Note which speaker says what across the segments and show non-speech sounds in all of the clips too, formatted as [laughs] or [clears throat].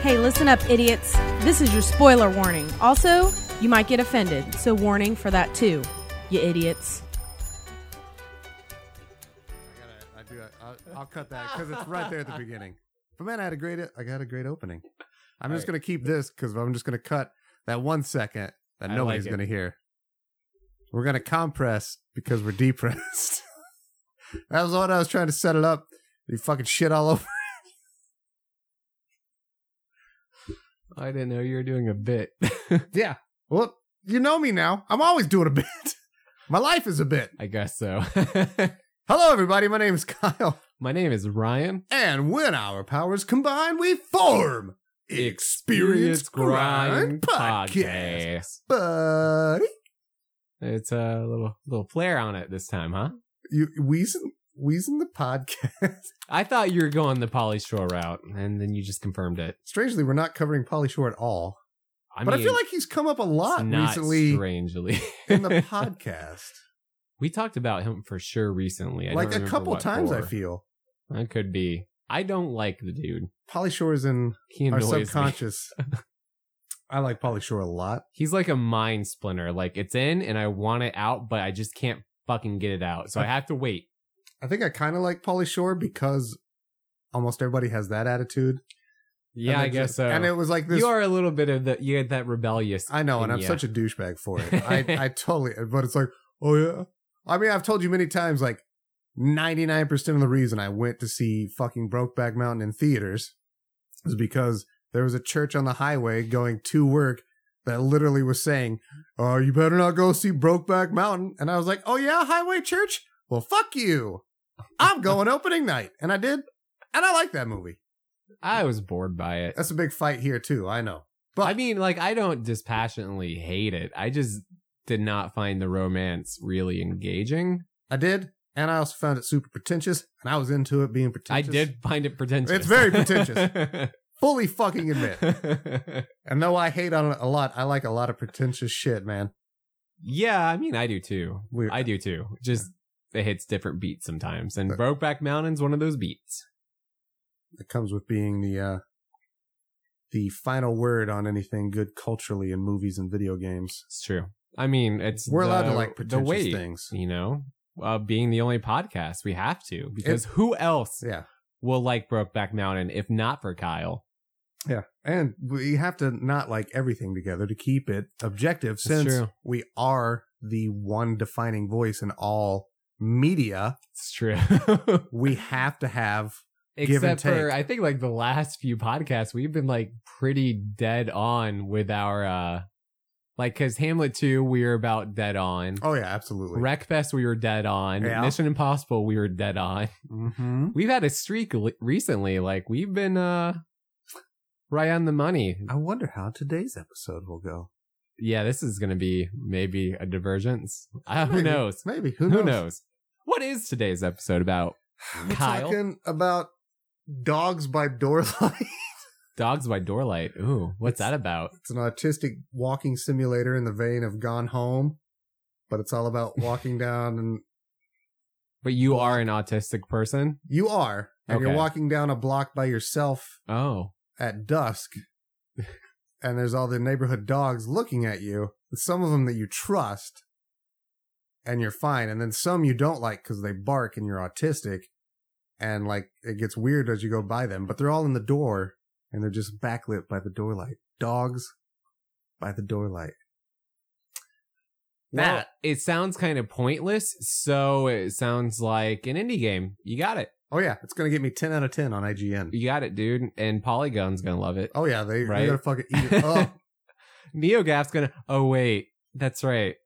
Speaker 1: Hey, listen up, idiots. This is your spoiler warning. Also, you might get offended, so warning for that too, you idiots.
Speaker 2: I gotta, I do, I'll, I'll cut that because it's right there at the beginning. But man, I had a great, I got a great opening. I'm just
Speaker 3: All
Speaker 2: gonna keep this because I'm just gonna cut that one second that
Speaker 3: I
Speaker 2: nobody's
Speaker 3: like it.
Speaker 2: gonna hear. We're gonna compress because we're depressed. [laughs] that was what I was trying to set it up. You fucking shit all over. [laughs]
Speaker 3: I didn't know you were doing
Speaker 2: [laughs]
Speaker 3: a bit.
Speaker 2: Yeah. Well, you know me now. I'm always doing a bit. [laughs] My life is a bit.
Speaker 3: I guess so. [laughs]
Speaker 2: Hello, everybody. My name is Kyle,
Speaker 3: My name is Ryan.
Speaker 2: and when our powers combine, we form Experience Grind Podcast. buddy.
Speaker 3: It's a little little flair on it this time, huh?
Speaker 2: You wheezing, wheezing the podcast.
Speaker 3: I thought you were going the Polly Shore route, and then you just confirmed it.
Speaker 2: Strangely, we're not covering Polly Shore at all.
Speaker 3: I
Speaker 2: but
Speaker 3: mean,
Speaker 2: I feel like he's come up a lot
Speaker 3: it's not
Speaker 2: recently
Speaker 3: Strangely,
Speaker 2: in
Speaker 3: [laughs]
Speaker 2: the podcast.
Speaker 3: we talked about him for sure recently. I
Speaker 2: like
Speaker 3: don't
Speaker 2: a
Speaker 3: remember
Speaker 2: couple
Speaker 3: what
Speaker 2: times, I
Speaker 3: for.
Speaker 2: feel.
Speaker 3: That could be. I don't like the dude.
Speaker 2: Polly Shore is in
Speaker 3: He
Speaker 2: our
Speaker 3: annoys me. [laughs]
Speaker 2: subconscious. I like Polly Shore a lot.
Speaker 3: He's like a mind splinter. Like it's in and I want it out, but I just can't fucking get it out.
Speaker 2: Uh,
Speaker 3: So I have to wait.
Speaker 2: I think I kind of like Polly Shore because almost everybody has that attitude.
Speaker 3: Yeah,
Speaker 2: And
Speaker 3: I
Speaker 2: it
Speaker 3: guess
Speaker 2: just-
Speaker 3: so.
Speaker 2: And it was like this.
Speaker 3: you are a little bit of the you had that rebellious.
Speaker 2: I know, and
Speaker 3: in
Speaker 2: I'm
Speaker 3: ya.
Speaker 2: such a douchebag for it. I, I totally, but it's like, oh yeah. I mean, I've told you many times, like, 99% of the reason I went to see fucking Brokeback Mountain in theaters is because there was a church on the highway going to work that literally was saying, oh, you better not go see Brokeback Mountain. And I was like, oh yeah, highway church? Well, fuck you. I'm going opening night. And I did. And I like that movie.
Speaker 3: I was bored by it.
Speaker 2: That's a big fight here, too. I know. Uh, But
Speaker 3: I mean, like I don't dispassionately hate it. I just did not find the romance really engaging.
Speaker 2: I did, and I also found it super pretentious, and I was into it being
Speaker 3: I
Speaker 2: pretentious.
Speaker 3: did find it pretentious.
Speaker 2: It's very
Speaker 3: [laughs]
Speaker 2: pretentious. fully fucking admit. and though I hate on it a lot, I like a lot of pretentious shit, man.
Speaker 3: yeah, I mean, I do too.
Speaker 2: Weird.
Speaker 3: I do too. Just it hits different beats sometimes, and Brokeback Mountain's one of those beats.
Speaker 2: It comes with being the uh the final word on anything good culturally in movies and video games.
Speaker 3: It's true. I mean, it's
Speaker 2: We're allowed
Speaker 3: the-
Speaker 2: to like
Speaker 3: the
Speaker 2: pretentious
Speaker 3: weight,
Speaker 2: things.
Speaker 3: You know, uh, being the only podcast, we have to because who else
Speaker 2: Yeah.
Speaker 3: will like Brokeback Mountain if not for Kyle?
Speaker 2: Yeah. And we have to not like everything together to keep it objective since
Speaker 3: true.
Speaker 2: we are the one defining voice in all media.
Speaker 3: It's true.
Speaker 2: [laughs]
Speaker 3: [clears throat]
Speaker 2: We have to have Give and
Speaker 3: Except for
Speaker 2: take.
Speaker 3: I think like the last few podcasts, we've been like pretty dead on with our uh like because Hamlet two, we were about dead on.
Speaker 2: Oh yeah, absolutely.
Speaker 3: Wreckfest, we were dead on.
Speaker 2: Yeah.
Speaker 3: Mission Impossible, we were dead on. [laughs]
Speaker 2: Mm-hmm.
Speaker 3: We've had a streak li- recently. Like we've been uh right on the money.
Speaker 2: I wonder how today's episode will go.
Speaker 3: yeah, this is going to be maybe
Speaker 2: [laughs]
Speaker 3: a divergence. [laughs] Uh, who
Speaker 2: Maybe.
Speaker 3: knows?
Speaker 2: Maybe. Who
Speaker 3: Who
Speaker 2: knows?
Speaker 3: knows? What is today's episode about?
Speaker 2: We're
Speaker 3: Kyle?
Speaker 2: talking about dogs by [laughs] doorlight.
Speaker 3: Dogs by Doorlight. Ooh, what's that about?
Speaker 2: it's an autistic walking simulator in the vein of Gone Home, but it's all about walking [laughs] down and
Speaker 3: But you are an autistic person.
Speaker 2: you are, and you're
Speaker 3: Okay.
Speaker 2: walking down a block by yourself
Speaker 3: Oh,
Speaker 2: at dusk, and there's all the neighborhood dogs looking at you. Some of them that you trust, and you're fine. And then some you don't like because they bark and you're autistic, and like it gets weird as you go by them. But they're all in the door, and they're just backlit by the door light. Dogs by the door light.
Speaker 3: Well,
Speaker 2: That-
Speaker 3: it sounds kind of pointless. So it sounds like an indie game. You got it.
Speaker 2: Oh yeah, it's gonna get me ten out of ten on IGN.
Speaker 3: You got it, dude. And Polygon's gonna love it.
Speaker 2: Oh yeah, they
Speaker 3: Right.
Speaker 2: are gonna fucking eat it
Speaker 3: [laughs]
Speaker 2: up.
Speaker 3: NeoGaf's gonna. Oh wait, that's right.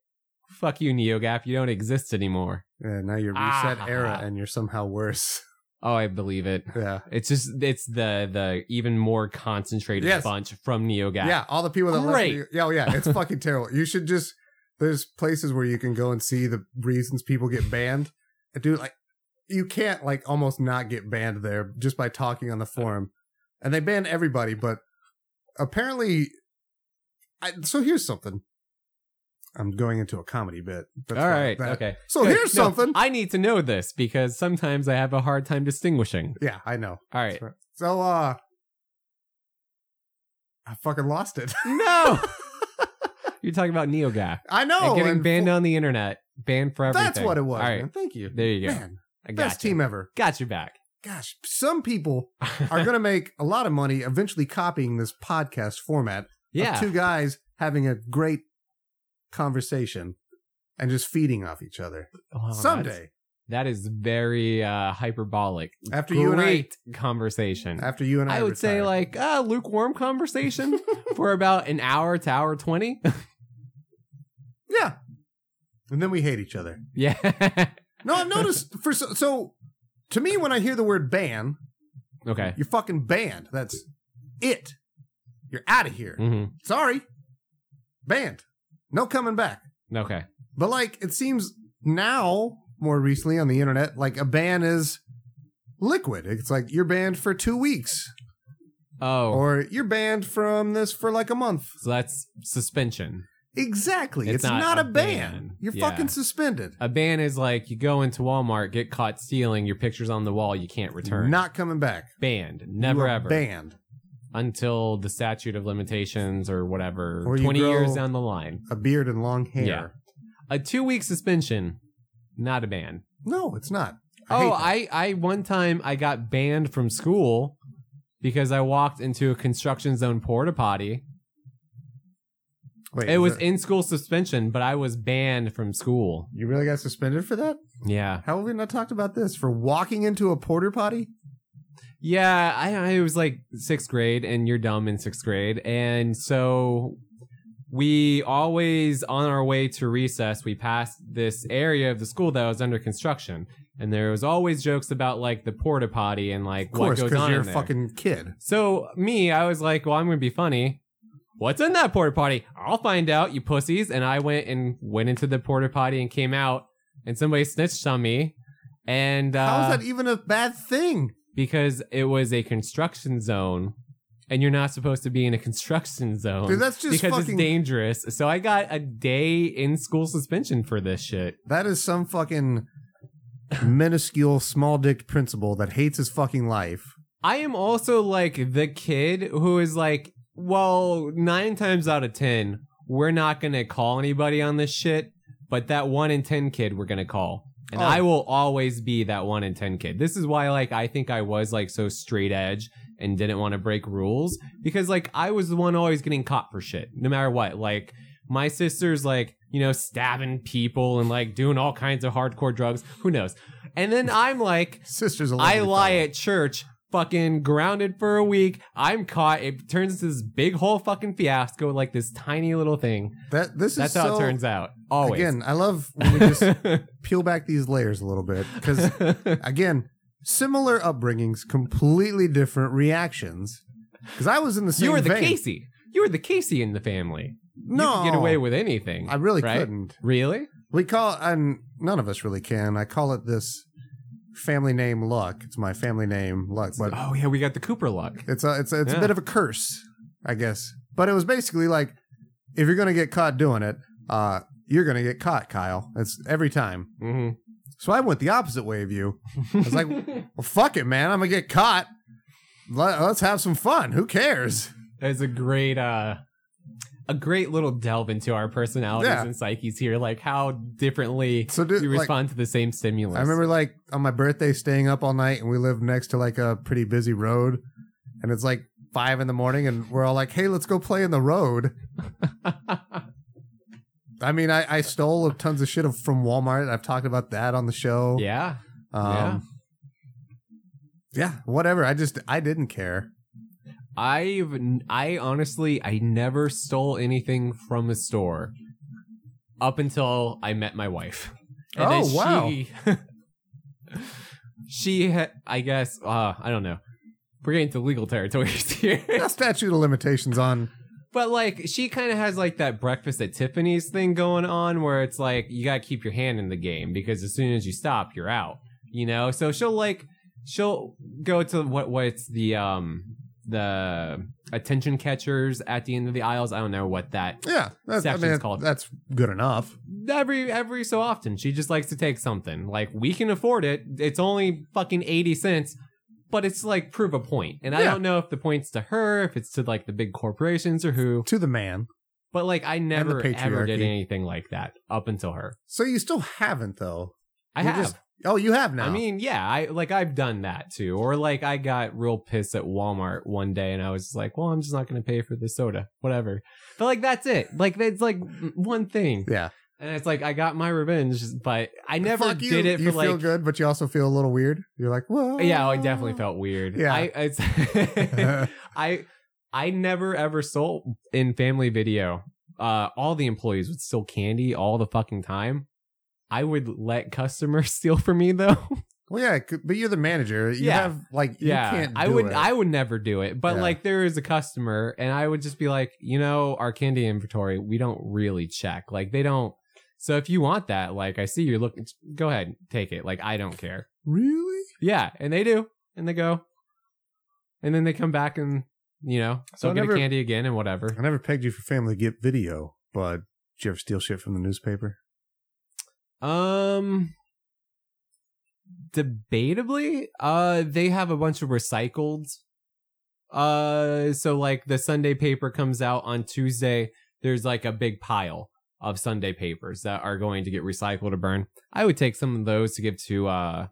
Speaker 3: Fuck you, NeoGaf. You don't exist anymore.
Speaker 2: yeah, now you're reset
Speaker 3: Ah.
Speaker 2: era, and you're somehow worse. [laughs]
Speaker 3: Oh, I believe it.
Speaker 2: Yeah.
Speaker 3: It's just it's the the even more concentrated
Speaker 2: Yes.
Speaker 3: bunch from NeoGaf.
Speaker 2: Yeah, all the people that left.
Speaker 3: Great.
Speaker 2: you- Yeah, oh, yeah,
Speaker 3: [laughs]
Speaker 2: it's fucking terrible. You should just there's places where you can go and see the reasons people get banned. Dude, like you can't like almost not get banned there just by talking on the
Speaker 3: Uh-huh.
Speaker 2: forum. And they ban everybody, but apparently I, so here's something. I'm going into a comedy bit. That's
Speaker 3: All
Speaker 2: why-
Speaker 3: right.
Speaker 2: that-
Speaker 3: okay.
Speaker 2: So
Speaker 3: Good.
Speaker 2: Oh, here's
Speaker 3: No,
Speaker 2: something.
Speaker 3: I need to know this because sometimes I have a hard time distinguishing.
Speaker 2: yeah, I know.
Speaker 3: All right.
Speaker 2: So uh I fucking lost it.
Speaker 3: No. You're talking about NeoGAF.
Speaker 2: [laughs] I know.
Speaker 3: and getting
Speaker 2: Oh, and
Speaker 3: banned
Speaker 2: fu-
Speaker 3: on the internet, banned for everything.
Speaker 2: That's what it was.
Speaker 3: All right,
Speaker 2: man. Thank you.
Speaker 3: there you go.
Speaker 2: Man,
Speaker 3: I got
Speaker 2: best
Speaker 3: you.
Speaker 2: team ever.
Speaker 3: Got you back.
Speaker 2: Gosh, some people
Speaker 3: [laughs]
Speaker 2: are going to make a lot of money eventually copying this podcast format
Speaker 3: yeah,
Speaker 2: of two guys having a great conversation and just feeding off each other.
Speaker 3: Wow, Oh, that's-
Speaker 2: Someday,
Speaker 3: that is very uh, hyperbolic.
Speaker 2: after you and I,
Speaker 3: Great conversation.
Speaker 2: after you and I,
Speaker 3: I would say
Speaker 2: retire.
Speaker 3: like a lukewarm conversation [laughs] for about an hour to hour twenty. [laughs]
Speaker 2: yeah, and then we hate each other.
Speaker 3: yeah,
Speaker 2: No, I've
Speaker 3: [laughs]
Speaker 2: noticed for so, so to me when I hear the word ban,
Speaker 3: okay.
Speaker 2: you're fucking banned. That's it. You're out of here.
Speaker 3: hmm
Speaker 2: Sorry, banned. No coming back.
Speaker 3: Okay.
Speaker 2: But like it seems now more recently on the internet, like a ban is liquid. It's like you're banned for two weeks.
Speaker 3: Oh,
Speaker 2: Or you're banned from this for like a month.
Speaker 3: so that's suspension.
Speaker 2: Exactly.
Speaker 3: It's
Speaker 2: It's,
Speaker 3: not
Speaker 2: not,
Speaker 3: a
Speaker 2: a ban.
Speaker 3: ban.
Speaker 2: You're
Speaker 3: Yeah.
Speaker 2: fucking suspended.
Speaker 3: A ban is like you go into Walmart, get caught stealing, your picture's on the wall, you can't return.
Speaker 2: Not coming back.
Speaker 3: banned.
Speaker 2: You
Speaker 3: Never
Speaker 2: are
Speaker 3: ever.
Speaker 2: Banned.
Speaker 3: until the statute of limitations or whatever
Speaker 2: Or you
Speaker 3: 20
Speaker 2: grow-
Speaker 3: years down the line
Speaker 2: A beard and long hair.
Speaker 3: Yeah. a two week suspension not a ban
Speaker 2: No, it's not. I
Speaker 3: oh
Speaker 2: hate
Speaker 3: I, I one time i got banned from school because i walked into a construction zone porta potty
Speaker 2: that. Wait,
Speaker 3: it
Speaker 2: is
Speaker 3: was
Speaker 2: that-
Speaker 3: in school suspension but i was banned from school
Speaker 2: you really got suspended for that?
Speaker 3: yeah
Speaker 2: How have we not talked about this? For walking into a porter potty?
Speaker 3: yeah i, I was like sixth grade and you're dumb in sixth grade and so we always on our way to recess we passed this area of the school that was under construction and there was always jokes about like the porta potty and like
Speaker 2: Of course,
Speaker 3: what
Speaker 2: because
Speaker 3: goes on
Speaker 2: you're
Speaker 3: in
Speaker 2: a
Speaker 3: there.
Speaker 2: fucking kid.
Speaker 3: so me i was like well i'm gonna be funny what's in that porta potty i'll find out you pussies and i went and went into the porta potty and came out and somebody snitched on me and uh,
Speaker 2: How is that even a bad thing?
Speaker 3: because it was a construction zone and you're not supposed to be in a construction zone
Speaker 2: Dude, that's just
Speaker 3: um, because
Speaker 2: fucking.
Speaker 3: it's dangerous. So I got a day in school suspension for this shit.
Speaker 2: that is some fucking minuscule small dick principal that hates his fucking life.
Speaker 3: I am also like the kid who is like, well, nine times out of ten, we're not gonna call anybody on this shit, but that one in ten kid we're gonna call. And
Speaker 2: Oh.
Speaker 3: I will always be that one in ten kid. This is why like I think I was like so straight edge and didn't want to break rules. Because like I was the one always getting caught for shit, no matter what. Like my sister's like, you know, stabbing people and like doing all kinds of hardcore drugs. Who knows? And then I'm like
Speaker 2: Sister's a lovely
Speaker 3: I lie
Speaker 2: fellow.
Speaker 3: at church, fucking grounded for a week. I'm caught. It turns into this big whole fucking fiasco, like this tiny little thing.
Speaker 2: That this
Speaker 3: That's
Speaker 2: is
Speaker 3: how
Speaker 2: so,
Speaker 3: it turns out. Always. [laughs]
Speaker 2: Again, I love when we just peel back these layers a little bit because again, similar upbringings, completely different reactions. Because I was in the same.
Speaker 3: you were the
Speaker 2: vein.
Speaker 3: Casey. You were the Casey in the family.
Speaker 2: No,
Speaker 3: You could get away with anything.
Speaker 2: I really
Speaker 3: right?
Speaker 2: couldn't.
Speaker 3: Really?
Speaker 2: We call and none of us really can. I call it this family name luck. It's my family name luck, but
Speaker 3: oh yeah, we got the Cooper luck.
Speaker 2: It's a it's a, it's
Speaker 3: Yeah.
Speaker 2: a bit of a curse, I guess. But it was basically like, if you're gonna get caught doing it, uh, you're gonna get caught, Kyle. It's every time.
Speaker 3: Mm-hmm.
Speaker 2: [laughs] So I went the opposite way of you. I was
Speaker 3: [laughs]
Speaker 2: like, well, fuck it, man. I'm gonna get caught. Let, let's have some fun. Who cares?
Speaker 3: That's a great uh a great little delve into our personalities
Speaker 2: Yeah.
Speaker 3: and psyches here, like how differently
Speaker 2: So dude,
Speaker 3: you
Speaker 2: like,
Speaker 3: respond to the same stimulus.
Speaker 2: I remember like on my birthday staying up all night, and we lived next to like a pretty busy road, and it's like five in the morning, and we're all like, hey, let's go play in the road.
Speaker 3: [laughs]
Speaker 2: I mean, I, I stole tons of shit from Walmart. I've talked about that on the show.
Speaker 3: yeah.
Speaker 2: Um, yeah. Whatever. I just I didn't
Speaker 3: [laughs]
Speaker 2: care.
Speaker 3: I've I honestly I never stole anything from a store up until I met my wife.
Speaker 2: Oh, wow.
Speaker 3: She, [laughs] she ha- I guess uh, I don't know. We're getting to legal territories [laughs] here.
Speaker 2: Got statute of limitations on.
Speaker 3: But like she kind of has like that breakfast at Tiffany's thing going on where it's like you got to keep your hand in the game because as soon as you stop, you're out. You know? So she'll like she'll go to what what's the um the attention catchers at the end of the aisles. I don't know what that.
Speaker 2: Yeah, that's, I
Speaker 3: Section's
Speaker 2: mean,
Speaker 3: called-
Speaker 2: that's good enough.
Speaker 3: Every every so often she just likes to take something. Like we can afford it. It's only fucking 80 cents. but it's like prove a point. And I
Speaker 2: Yeah.
Speaker 3: don't know if the point's to her, if it's to like the big corporations or who,
Speaker 2: to the man.
Speaker 3: but like I
Speaker 2: the
Speaker 3: never ever did
Speaker 2: patriarchy.
Speaker 3: anything like that up until her.
Speaker 2: So you still haven't though.
Speaker 3: I
Speaker 2: You
Speaker 3: have.
Speaker 2: just- Oh, you have now.
Speaker 3: I mean, yeah, I like I've done that too. Or like I got real pissed at Walmart one day and I was just like, well, I'm just not going to pay for the soda, whatever. But like that's it. Like it's like one thing.
Speaker 2: yeah.
Speaker 3: And it's like I got my revenge, but I never
Speaker 2: Fuck you.
Speaker 3: did it for
Speaker 2: You
Speaker 3: like
Speaker 2: feel good, but you also feel a little weird. You're like, whoa. [laughs]
Speaker 3: Yeah, I definitely felt weird.
Speaker 2: Yeah.
Speaker 3: I
Speaker 2: [laughs]
Speaker 3: it's, [laughs] I I never ever sold in family video. Uh all the employees would steal candy all the fucking time. I would let customers [laughs] steal from me though.
Speaker 2: Well, yeah, it could- but you're the manager. You
Speaker 3: Yeah.
Speaker 2: have like you
Speaker 3: [laughs] yeah.
Speaker 2: can't. Do
Speaker 3: I would
Speaker 2: It.
Speaker 3: I would never do it. But
Speaker 2: Yeah.
Speaker 3: like there is a customer and I would just be like, you know, our candy inventory, we don't really check. Like they don't so if you want that, like I see you're looking go ahead, take it. Like I don't care.
Speaker 2: really.
Speaker 3: Yeah, and they do, and they go, and then they come back and you know,
Speaker 2: So
Speaker 3: so
Speaker 2: I
Speaker 3: get
Speaker 2: never-
Speaker 3: a candy again and whatever.
Speaker 2: I never pegged you for family get video, but did you ever steal shit from the newspaper?
Speaker 3: Um, debatably, uh, they have a bunch of recycled. Uh, so like the Sunday paper comes out on Tuesday. There's like a big pile of Sunday papers that are going to get recycled or burned. I would take some of those to give to uh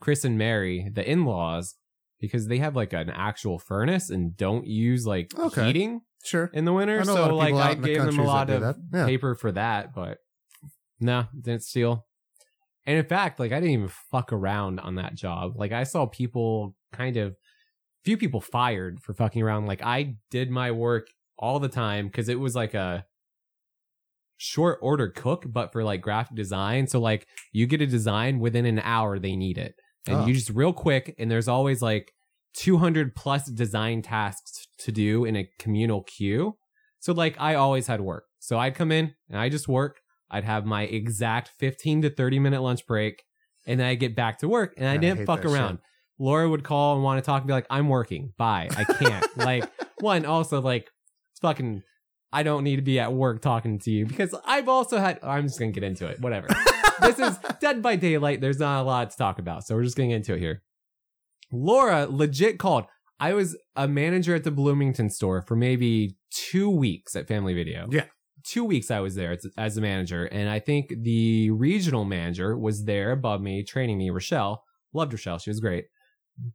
Speaker 3: Chris and Mary, the in-laws, because they have like an actual furnace and don't use like
Speaker 2: Okay.
Speaker 3: heating
Speaker 2: Sure.
Speaker 3: in the winter. So like I gave them a
Speaker 2: countries
Speaker 3: lot
Speaker 2: do
Speaker 3: of
Speaker 2: that. Yeah.
Speaker 3: paper for that, but no, didn't steal. And in fact, like I didn't even fuck around on that job. Like I saw people kind of few people fired for fucking around. Like I did my work all the time because it was like a short order cook, but for like graphic design. So like you get a design within an hour, they need it. And
Speaker 2: Oh.
Speaker 3: you just real quick, and there's always like 200 plus design tasks to do in a communal queue. So like I always had work. So I'd come in and I just work. I'd have my exact 15 to 30 minute lunch break and then I get back to work and I
Speaker 2: Man, I
Speaker 3: didn't
Speaker 2: hate
Speaker 3: fuck
Speaker 2: that
Speaker 3: around. Laura would call and want to talk and be like, I'm working. Bye. I
Speaker 2: [laughs]
Speaker 3: can't. like one, also like it's fucking I don't need to be at work talking to you because I've also had I'm just gonna get into
Speaker 2: [laughs]
Speaker 3: it. Whatever. this is Dead by Daylight. There's not a lot to talk about. So we're just getting into it here. Laura legit called. I was a manager at the Bloomington store for maybe two weeks at Family Video.
Speaker 2: Yeah.
Speaker 3: Two weeks I was there as, as a manager. And I think the regional manager was there above me, training me, Rochelle. Loved Rochelle. She was great.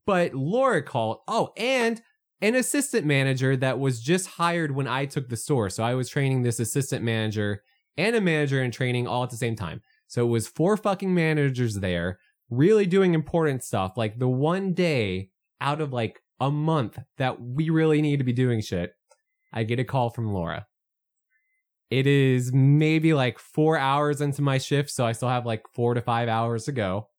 Speaker 3: But Laura called. Oh, and an assistant manager that was just hired when I took the store. So I was training this assistant manager and a manager in training all at the same time. So it was four fucking managers there really doing important stuff. Like the one day out of like a month that we really need to be doing shit, I get a call from Laura. It is maybe like four hours into my shift, so I still have like four to five hours to go.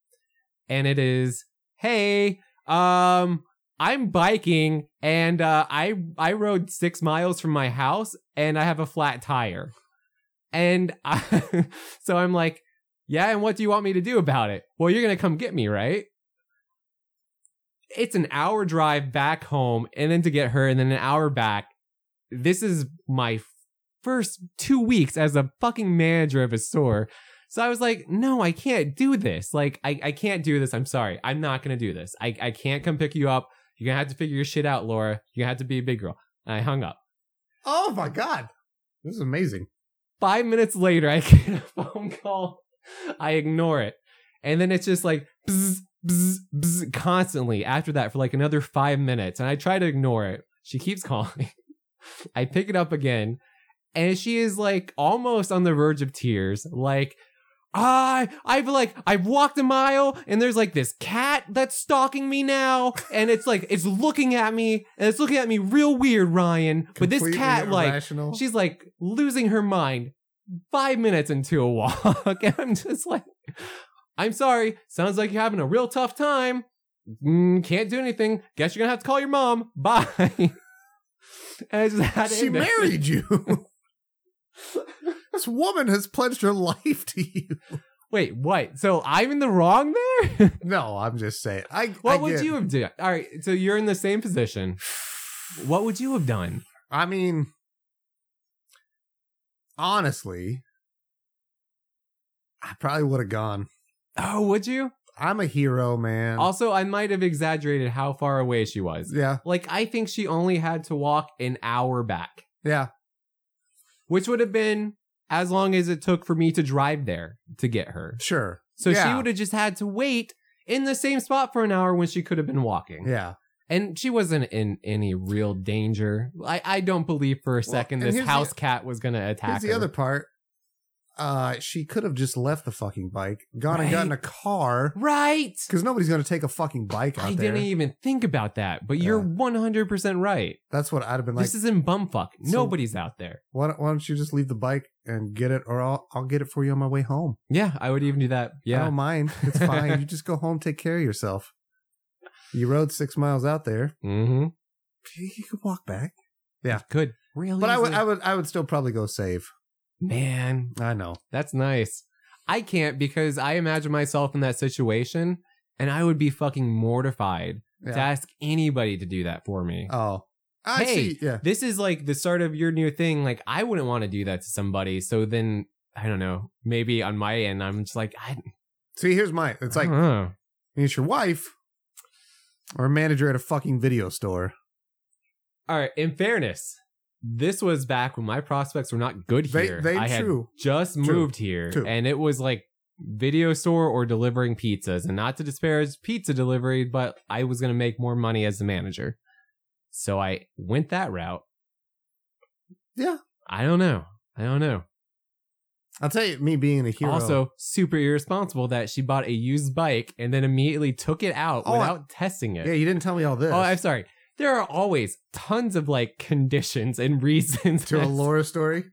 Speaker 3: And it is, hey, um, I'm biking and uh, I I rode six miles from my house and I have a flat tire. And I, [laughs] so I'm like, yeah, and what do you want me to do about it? Well, you're going to come get me, right? It's an hour drive back home and then to get her and then an hour back. This is my f- first two weeks as a fucking manager of a store. So I was like, no, I can't do this. Like, I, I can't do this. I'm sorry. I'm not going to do this. I, I can't come pick you up. You're going to have to figure your shit out, Laura. You're going to have to be a big girl. And I hung up.
Speaker 2: Oh my god, this is amazing.
Speaker 3: Five minutes later, I get a [laughs] phone call. I ignore it. And then it's just like bzz, bzz, bzz, constantly after that for like another five minutes. And I try to ignore it. She keeps [laughs] calling. I pick it up again. And she is like almost on the verge of tears. Like, I I've like I've walked a mile and there's like this cat that's stalking me now and it's like it's looking at me and it's looking at me real weird Ryan but this
Speaker 2: Completely
Speaker 3: cat like
Speaker 2: irrational.
Speaker 3: [laughs] She's like losing her mind five minutes into a walk. [laughs] And I'm just like, I'm sorry. Sounds like you're having a real tough time. Mm, can't do anything. Guess you're going to have to call your mom. [laughs] Bye. and I just had to
Speaker 2: she
Speaker 3: end it.
Speaker 2: married
Speaker 3: [laughs]
Speaker 2: you. this woman has pledged her life to you.
Speaker 3: Wait, what? So I'm in the wrong there?
Speaker 2: No, I'm just saying. I
Speaker 3: what
Speaker 2: I
Speaker 3: would
Speaker 2: get-
Speaker 3: you have done? All right. So you're in the same position. What would you have done?
Speaker 2: I mean, honestly, I probably would have gone.
Speaker 3: Oh, would you?
Speaker 2: I'm a hero, man.
Speaker 3: Um, Also, I might have exaggerated how far away she was.
Speaker 2: yeah,
Speaker 3: Like, I think she only had to walk an hour back,
Speaker 2: yeah,
Speaker 3: which would have been as long as it took for me to drive there to get her.
Speaker 2: sure.
Speaker 3: So she
Speaker 2: Yeah.
Speaker 3: would have just had to wait in the same spot for an hour when she could have been walking.
Speaker 2: Yeah.
Speaker 3: And she wasn't in any real danger. I, I don't believe for a second
Speaker 2: and
Speaker 3: this
Speaker 2: here's
Speaker 3: house
Speaker 2: the-
Speaker 3: cat was going to attack
Speaker 2: Here's the
Speaker 3: her.
Speaker 2: other part. Uh, she could have just left the fucking bike, gone and gotten a
Speaker 3: Right.
Speaker 2: car,
Speaker 3: right.
Speaker 2: because nobody's gonna take a fucking bike out
Speaker 3: I
Speaker 2: there.
Speaker 3: didn't e- even think about that, but you're
Speaker 2: Yeah.
Speaker 3: 100% right.
Speaker 2: That's what I'd have been like.
Speaker 3: this is in bumfuck.
Speaker 2: So-
Speaker 3: Nobody's out there.
Speaker 2: why, don't, why don't you just leave the bike and get it, or I'll I'll get it for you on my way home.
Speaker 3: Yeah, I would even do that.
Speaker 2: I
Speaker 3: Yeah.
Speaker 2: don't mind. It's
Speaker 3: [laughs]
Speaker 2: fine. you just go home, take care of yourself. You rode six miles out there.
Speaker 3: Mm-hmm.
Speaker 2: You could walk back. Yeah.
Speaker 3: Good. Really?
Speaker 2: But I would,
Speaker 3: easily.
Speaker 2: I would, I would still probably go save.
Speaker 3: Man,
Speaker 2: I know.
Speaker 3: that's nice. I can't because I imagine myself in that situation and I would be fucking mortified to
Speaker 2: Yeah.
Speaker 3: ask anybody to do that for me.
Speaker 2: Oh, I
Speaker 3: Hey.
Speaker 2: see. Yeah,
Speaker 3: this is like the start of your new thing. Like, I wouldn't want to do that to somebody. So then, I don't know. Maybe on my end, I'm just like, I,
Speaker 2: See, here's mine. It's
Speaker 3: I
Speaker 2: like
Speaker 3: don't know.
Speaker 2: it's your wife or a manager at a fucking video store.
Speaker 3: All right. In fairness, this was back when my prospects were not good
Speaker 2: They-
Speaker 3: here.
Speaker 2: they-
Speaker 3: I had
Speaker 2: true.
Speaker 3: just
Speaker 2: True.
Speaker 3: moved here,
Speaker 2: True.
Speaker 3: and it was like video store or delivering pizzas, and not to disparage pizza delivery, but I was gonna make more money as the manager, so I went that route.
Speaker 2: Yeah.
Speaker 3: I don't know. I don't know.
Speaker 2: I'll tell you, me being a hero.
Speaker 3: Also, super irresponsible that she bought a used bike and then immediately took it out
Speaker 2: Oh, I-
Speaker 3: without testing it.
Speaker 2: yeah, you didn't tell me all this.
Speaker 3: oh, I'm sorry. There are always tons of like conditions and [laughs] reasons
Speaker 2: to a
Speaker 3: that-
Speaker 2: Laura story.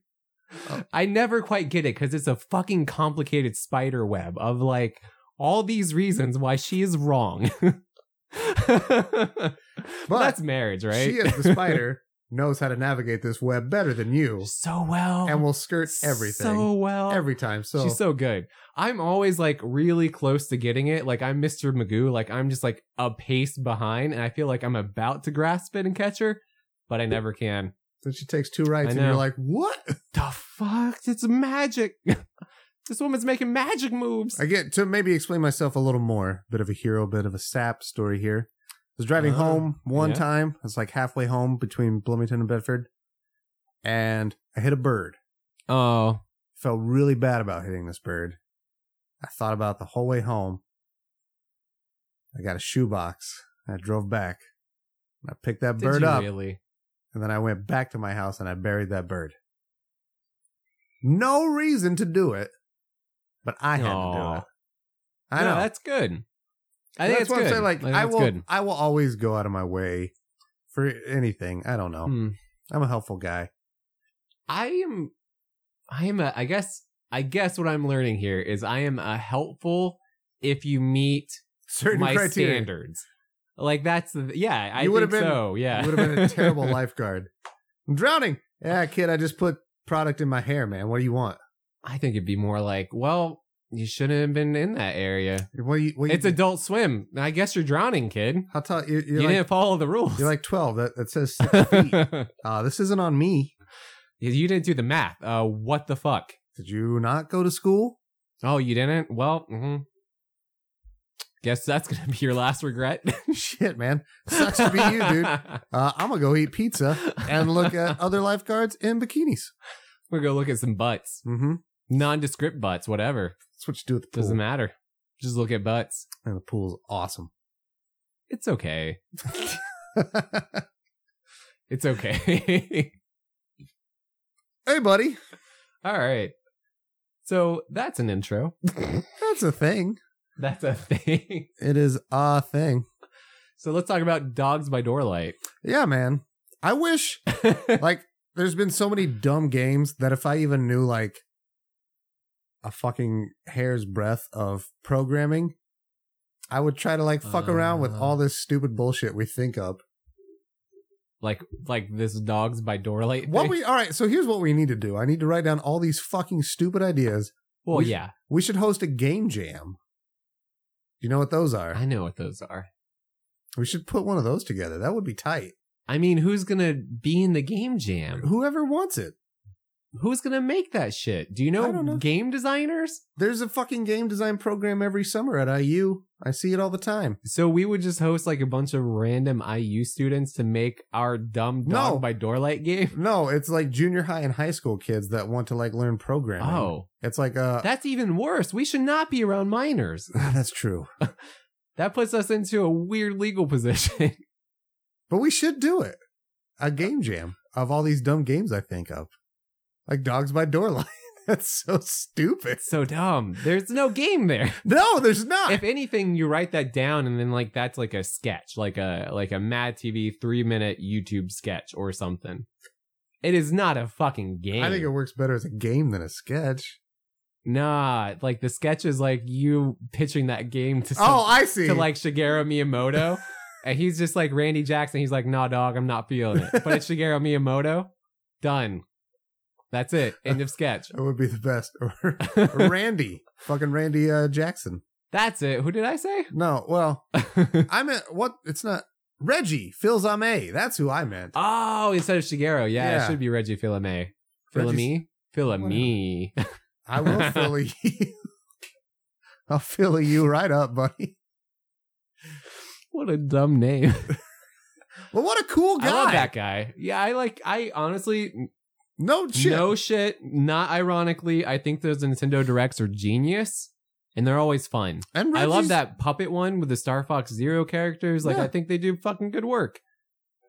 Speaker 3: I never quite get it because it's a fucking complicated spider web of like all these reasons why she is wrong. [laughs] but that's marriage, right?
Speaker 2: She, as the spider, [laughs] knows how to navigate this web better than you,
Speaker 3: so well
Speaker 2: and will skirt everything
Speaker 3: So well,
Speaker 2: every time. So,
Speaker 3: she's so good. I'm always like really close to getting it. Like I'm Mr. Magoo. Like I'm just like a pace behind, and I feel like I'm about to grasp it and catch her, but I never can.
Speaker 2: then she takes two rights,
Speaker 3: I
Speaker 2: and you're
Speaker 3: know.
Speaker 2: like, "What?"
Speaker 3: The fuck? It's magic. [laughs] this woman's making magic moves.
Speaker 2: Again, to maybe explain myself a little more, bit of a hero, bit of a sap story here. I was driving
Speaker 3: Ah,
Speaker 2: home one
Speaker 3: yeah.
Speaker 2: time. I was like halfway home between Bloomington and Bedford, and I hit a bird.
Speaker 3: oh.
Speaker 2: Felt really bad about hitting this bird. I thought about it the whole way home. I got a shoebox. and I drove back. And I picked that
Speaker 3: Did
Speaker 2: bird
Speaker 3: you
Speaker 2: up,
Speaker 3: Really?
Speaker 2: and then I went back to my house and I buried that bird. No reason to do it, but I had to
Speaker 3: Aw.
Speaker 2: do it. I
Speaker 3: No,
Speaker 2: know.
Speaker 3: that's good. I think
Speaker 2: that's
Speaker 3: it's
Speaker 2: what
Speaker 3: good.
Speaker 2: I'm saying. Like, I
Speaker 3: that's
Speaker 2: will,
Speaker 3: good.
Speaker 2: I will always go out of my way for anything. I don't know.
Speaker 3: Hmm.
Speaker 2: I'm a helpful guy. [laughs]
Speaker 3: I am. I am. A, I guess. I guess what I'm learning here is I am a helpful if you meet
Speaker 2: Certain
Speaker 3: my
Speaker 2: criteria.
Speaker 3: standards. Like that's the, yeah. I
Speaker 2: You
Speaker 3: would
Speaker 2: would've
Speaker 3: have
Speaker 2: been-
Speaker 3: so. Yeah,
Speaker 2: You would have been a
Speaker 3: [laughs]
Speaker 2: terrible lifeguard. I'm drowning. Yeah, kid. I just put product in my hair, man. What do you want?
Speaker 3: I think it'd be more like, well, you shouldn't have been in that area.
Speaker 2: What do you? What do
Speaker 3: It's
Speaker 2: you
Speaker 3: Adult Swim. I guess you're drowning, kid.
Speaker 2: How tall? You're,
Speaker 3: You're
Speaker 2: you're like
Speaker 3: didn't follow the rules.
Speaker 2: you're like twelve. That that says six
Speaker 3: [laughs]
Speaker 2: feet. Uh, this isn't on me.
Speaker 3: you didn't do the math. Uh, what the fuck?
Speaker 2: Did you not go to school? [laughs]
Speaker 3: Oh, you didn't? Well, hmm guess that's gonna be your last regret.
Speaker 2: Shit, man. Sucks to be you,
Speaker 3: [laughs]
Speaker 2: dude. Uh, I'm gonna go eat pizza and look at other lifeguards in bikinis.
Speaker 3: We're gonna look at some butts,
Speaker 2: Mm-hmm.
Speaker 3: nondescript butts, whatever.
Speaker 2: That's what you do at the pool.
Speaker 3: Doesn't matter. Just look at butts.
Speaker 2: And the pool's awesome.
Speaker 3: It's okay.
Speaker 2: [laughs]
Speaker 3: It's okay. [laughs]
Speaker 2: hey, buddy.
Speaker 3: All right. So that's an intro.
Speaker 2: That's a thing.
Speaker 3: That's a thing.
Speaker 2: It is a thing.
Speaker 3: So let's talk about dogs by doorlight.
Speaker 2: Yeah, man. I
Speaker 3: [laughs]
Speaker 2: wish, like, there's been so many dumb games that if I even knew, like, a fucking hair's breadth of programming, I would try to, like, fuck around with
Speaker 3: Uh.
Speaker 2: all this stupid bullshit we think up.
Speaker 3: like [laughs] like this dogs by doorlight.
Speaker 2: What
Speaker 3: [laughs] thing.
Speaker 2: we, all right, so here's what we need to do I need to write down all these fucking stupid ideas.
Speaker 3: Well,
Speaker 2: we-
Speaker 3: yeah,
Speaker 2: We should host a game jam. You know what those are?
Speaker 3: I know what those are.
Speaker 2: We should put one of those together. That would be tight.
Speaker 3: I mean, who's gonna be in the game jam?
Speaker 2: Whoever wants it.
Speaker 3: Who's gonna make that shit? Do you
Speaker 2: I
Speaker 3: know,
Speaker 2: don't know.
Speaker 3: game designers?
Speaker 2: There's a fucking game design program every summer at IU. I see it all the time.
Speaker 3: So we would just host like a bunch of random IU students to make our dumb dog
Speaker 2: No.
Speaker 3: by
Speaker 2: [laughs]
Speaker 3: Doorlight game.
Speaker 2: No, it's like junior high and high school kids that want to like learn programming.
Speaker 3: Oh,
Speaker 2: it's like uh,
Speaker 3: that's even worse. We should not be
Speaker 2: [laughs]
Speaker 3: around minors.
Speaker 2: that's true.
Speaker 3: That puts us into a weird legal position. [laughs]
Speaker 2: But we should do it. A game jam of all these dumb games I think of, like Dogs by Doorlight. [laughs] that's so stupid.
Speaker 3: it's so dumb. There's no game
Speaker 2: [laughs]
Speaker 3: there.
Speaker 2: No, there's not.
Speaker 3: if anything, you write that down and then like that's like a sketch, like a like a Mad TV three minute YouTube sketch or something. It is not a fucking game.
Speaker 2: I think it works better as a game than a sketch.
Speaker 3: nah, like the sketch is like you pitching that game to some,
Speaker 2: Oh, I see.
Speaker 3: to like
Speaker 2: [laughs]
Speaker 3: Shigeru Miyamoto, and he's just like Randy Jackson. He's like, nah, dog, I'm not feeling it. But
Speaker 2: [laughs]
Speaker 3: it's Shigeru Miyamoto. Done. That's it. End of sketch.
Speaker 2: it would be the
Speaker 3: [laughs]
Speaker 2: best. [laughs] Or Randy, fucking Randy uh, Jackson.
Speaker 3: That's it. Who did I say?
Speaker 2: No,
Speaker 3: [laughs]
Speaker 2: well, I meant what? It's not Reggie Phil Zame. That's who I meant.
Speaker 3: oh, instead of Shigeru, yeah, it
Speaker 2: Yeah.
Speaker 3: should be Reggie Filame.
Speaker 2: Reggie's-
Speaker 3: Filame. Filame.
Speaker 2: I will Philly. you. [laughs] I'll Philly you right up, buddy.
Speaker 3: [laughs] What a dumb name.
Speaker 2: Well, what a cool guy.
Speaker 3: I love that guy. Yeah, I like I honestly
Speaker 2: No shit.
Speaker 3: no shit, not ironically, I think those Nintendo Directs are genius and they're always fun.
Speaker 2: and
Speaker 3: I love
Speaker 2: Reggie's-
Speaker 3: that puppet one with the Star Fox Zero characters. Like
Speaker 2: Yeah.
Speaker 3: I think they do fucking good work.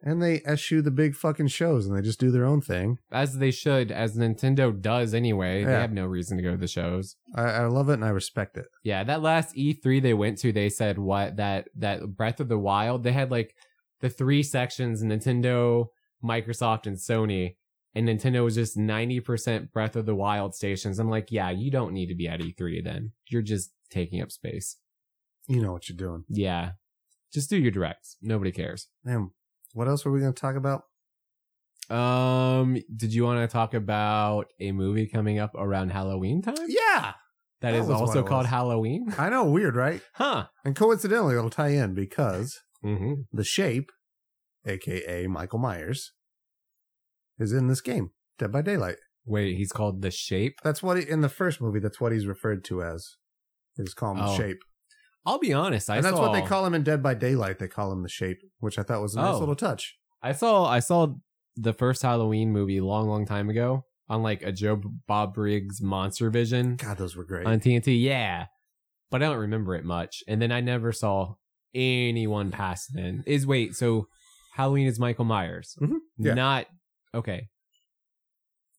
Speaker 2: And they eschew the big fucking shows and they just do their own thing.
Speaker 3: As they should, as Nintendo does anyway. They
Speaker 2: Yeah.
Speaker 3: have no reason to go to the shows.
Speaker 2: I, I love it and I respect it.
Speaker 3: Yeah, that last E3 they went to, they said what that that Breath of the Wild, they had like the three sections Nintendo, Microsoft and Sony, and Nintendo was just 90% Breath of the Wild stations. I'm like, yeah, you don't need to be at E3 then. You're just taking up space.
Speaker 2: You know what you're doing.
Speaker 3: Yeah. Just do your directs. Nobody cares.
Speaker 2: Damn. What else were we going to talk about?
Speaker 3: Um, did you want to talk about a movie coming up around Halloween time?
Speaker 2: Yeah.
Speaker 3: that
Speaker 2: that
Speaker 3: is
Speaker 2: was what
Speaker 3: also
Speaker 2: it
Speaker 3: called
Speaker 2: was.
Speaker 3: Halloween.
Speaker 2: I know. Weird, right?
Speaker 3: Huh.
Speaker 2: And coincidentally, it'll tie in because
Speaker 3: Mm-hmm.
Speaker 2: the shape, aka Michael Myers, is in this game, Dead by Daylight.
Speaker 3: Wait, he's called The Shape.
Speaker 2: That's what he, in the first movie. That's what he's referred to as. They just call him the
Speaker 3: Oh,
Speaker 2: shape,
Speaker 3: I'll be honest. I
Speaker 2: and that's what they
Speaker 3: saw-
Speaker 2: call him in Dead by Daylight. They call him the shape, which I thought was a nice
Speaker 3: Oh.
Speaker 2: little touch.
Speaker 3: I saw I saw the first Halloween movie long, long time ago on like a Joe Bob Briggs Monster Vision
Speaker 2: God, those were great.
Speaker 3: on TNT. Yeah, but I don't remember it much. And then I never saw anyone past then. Is wait, so Halloween is Michael Myers,
Speaker 2: Mhm. Yeah.
Speaker 3: not okay.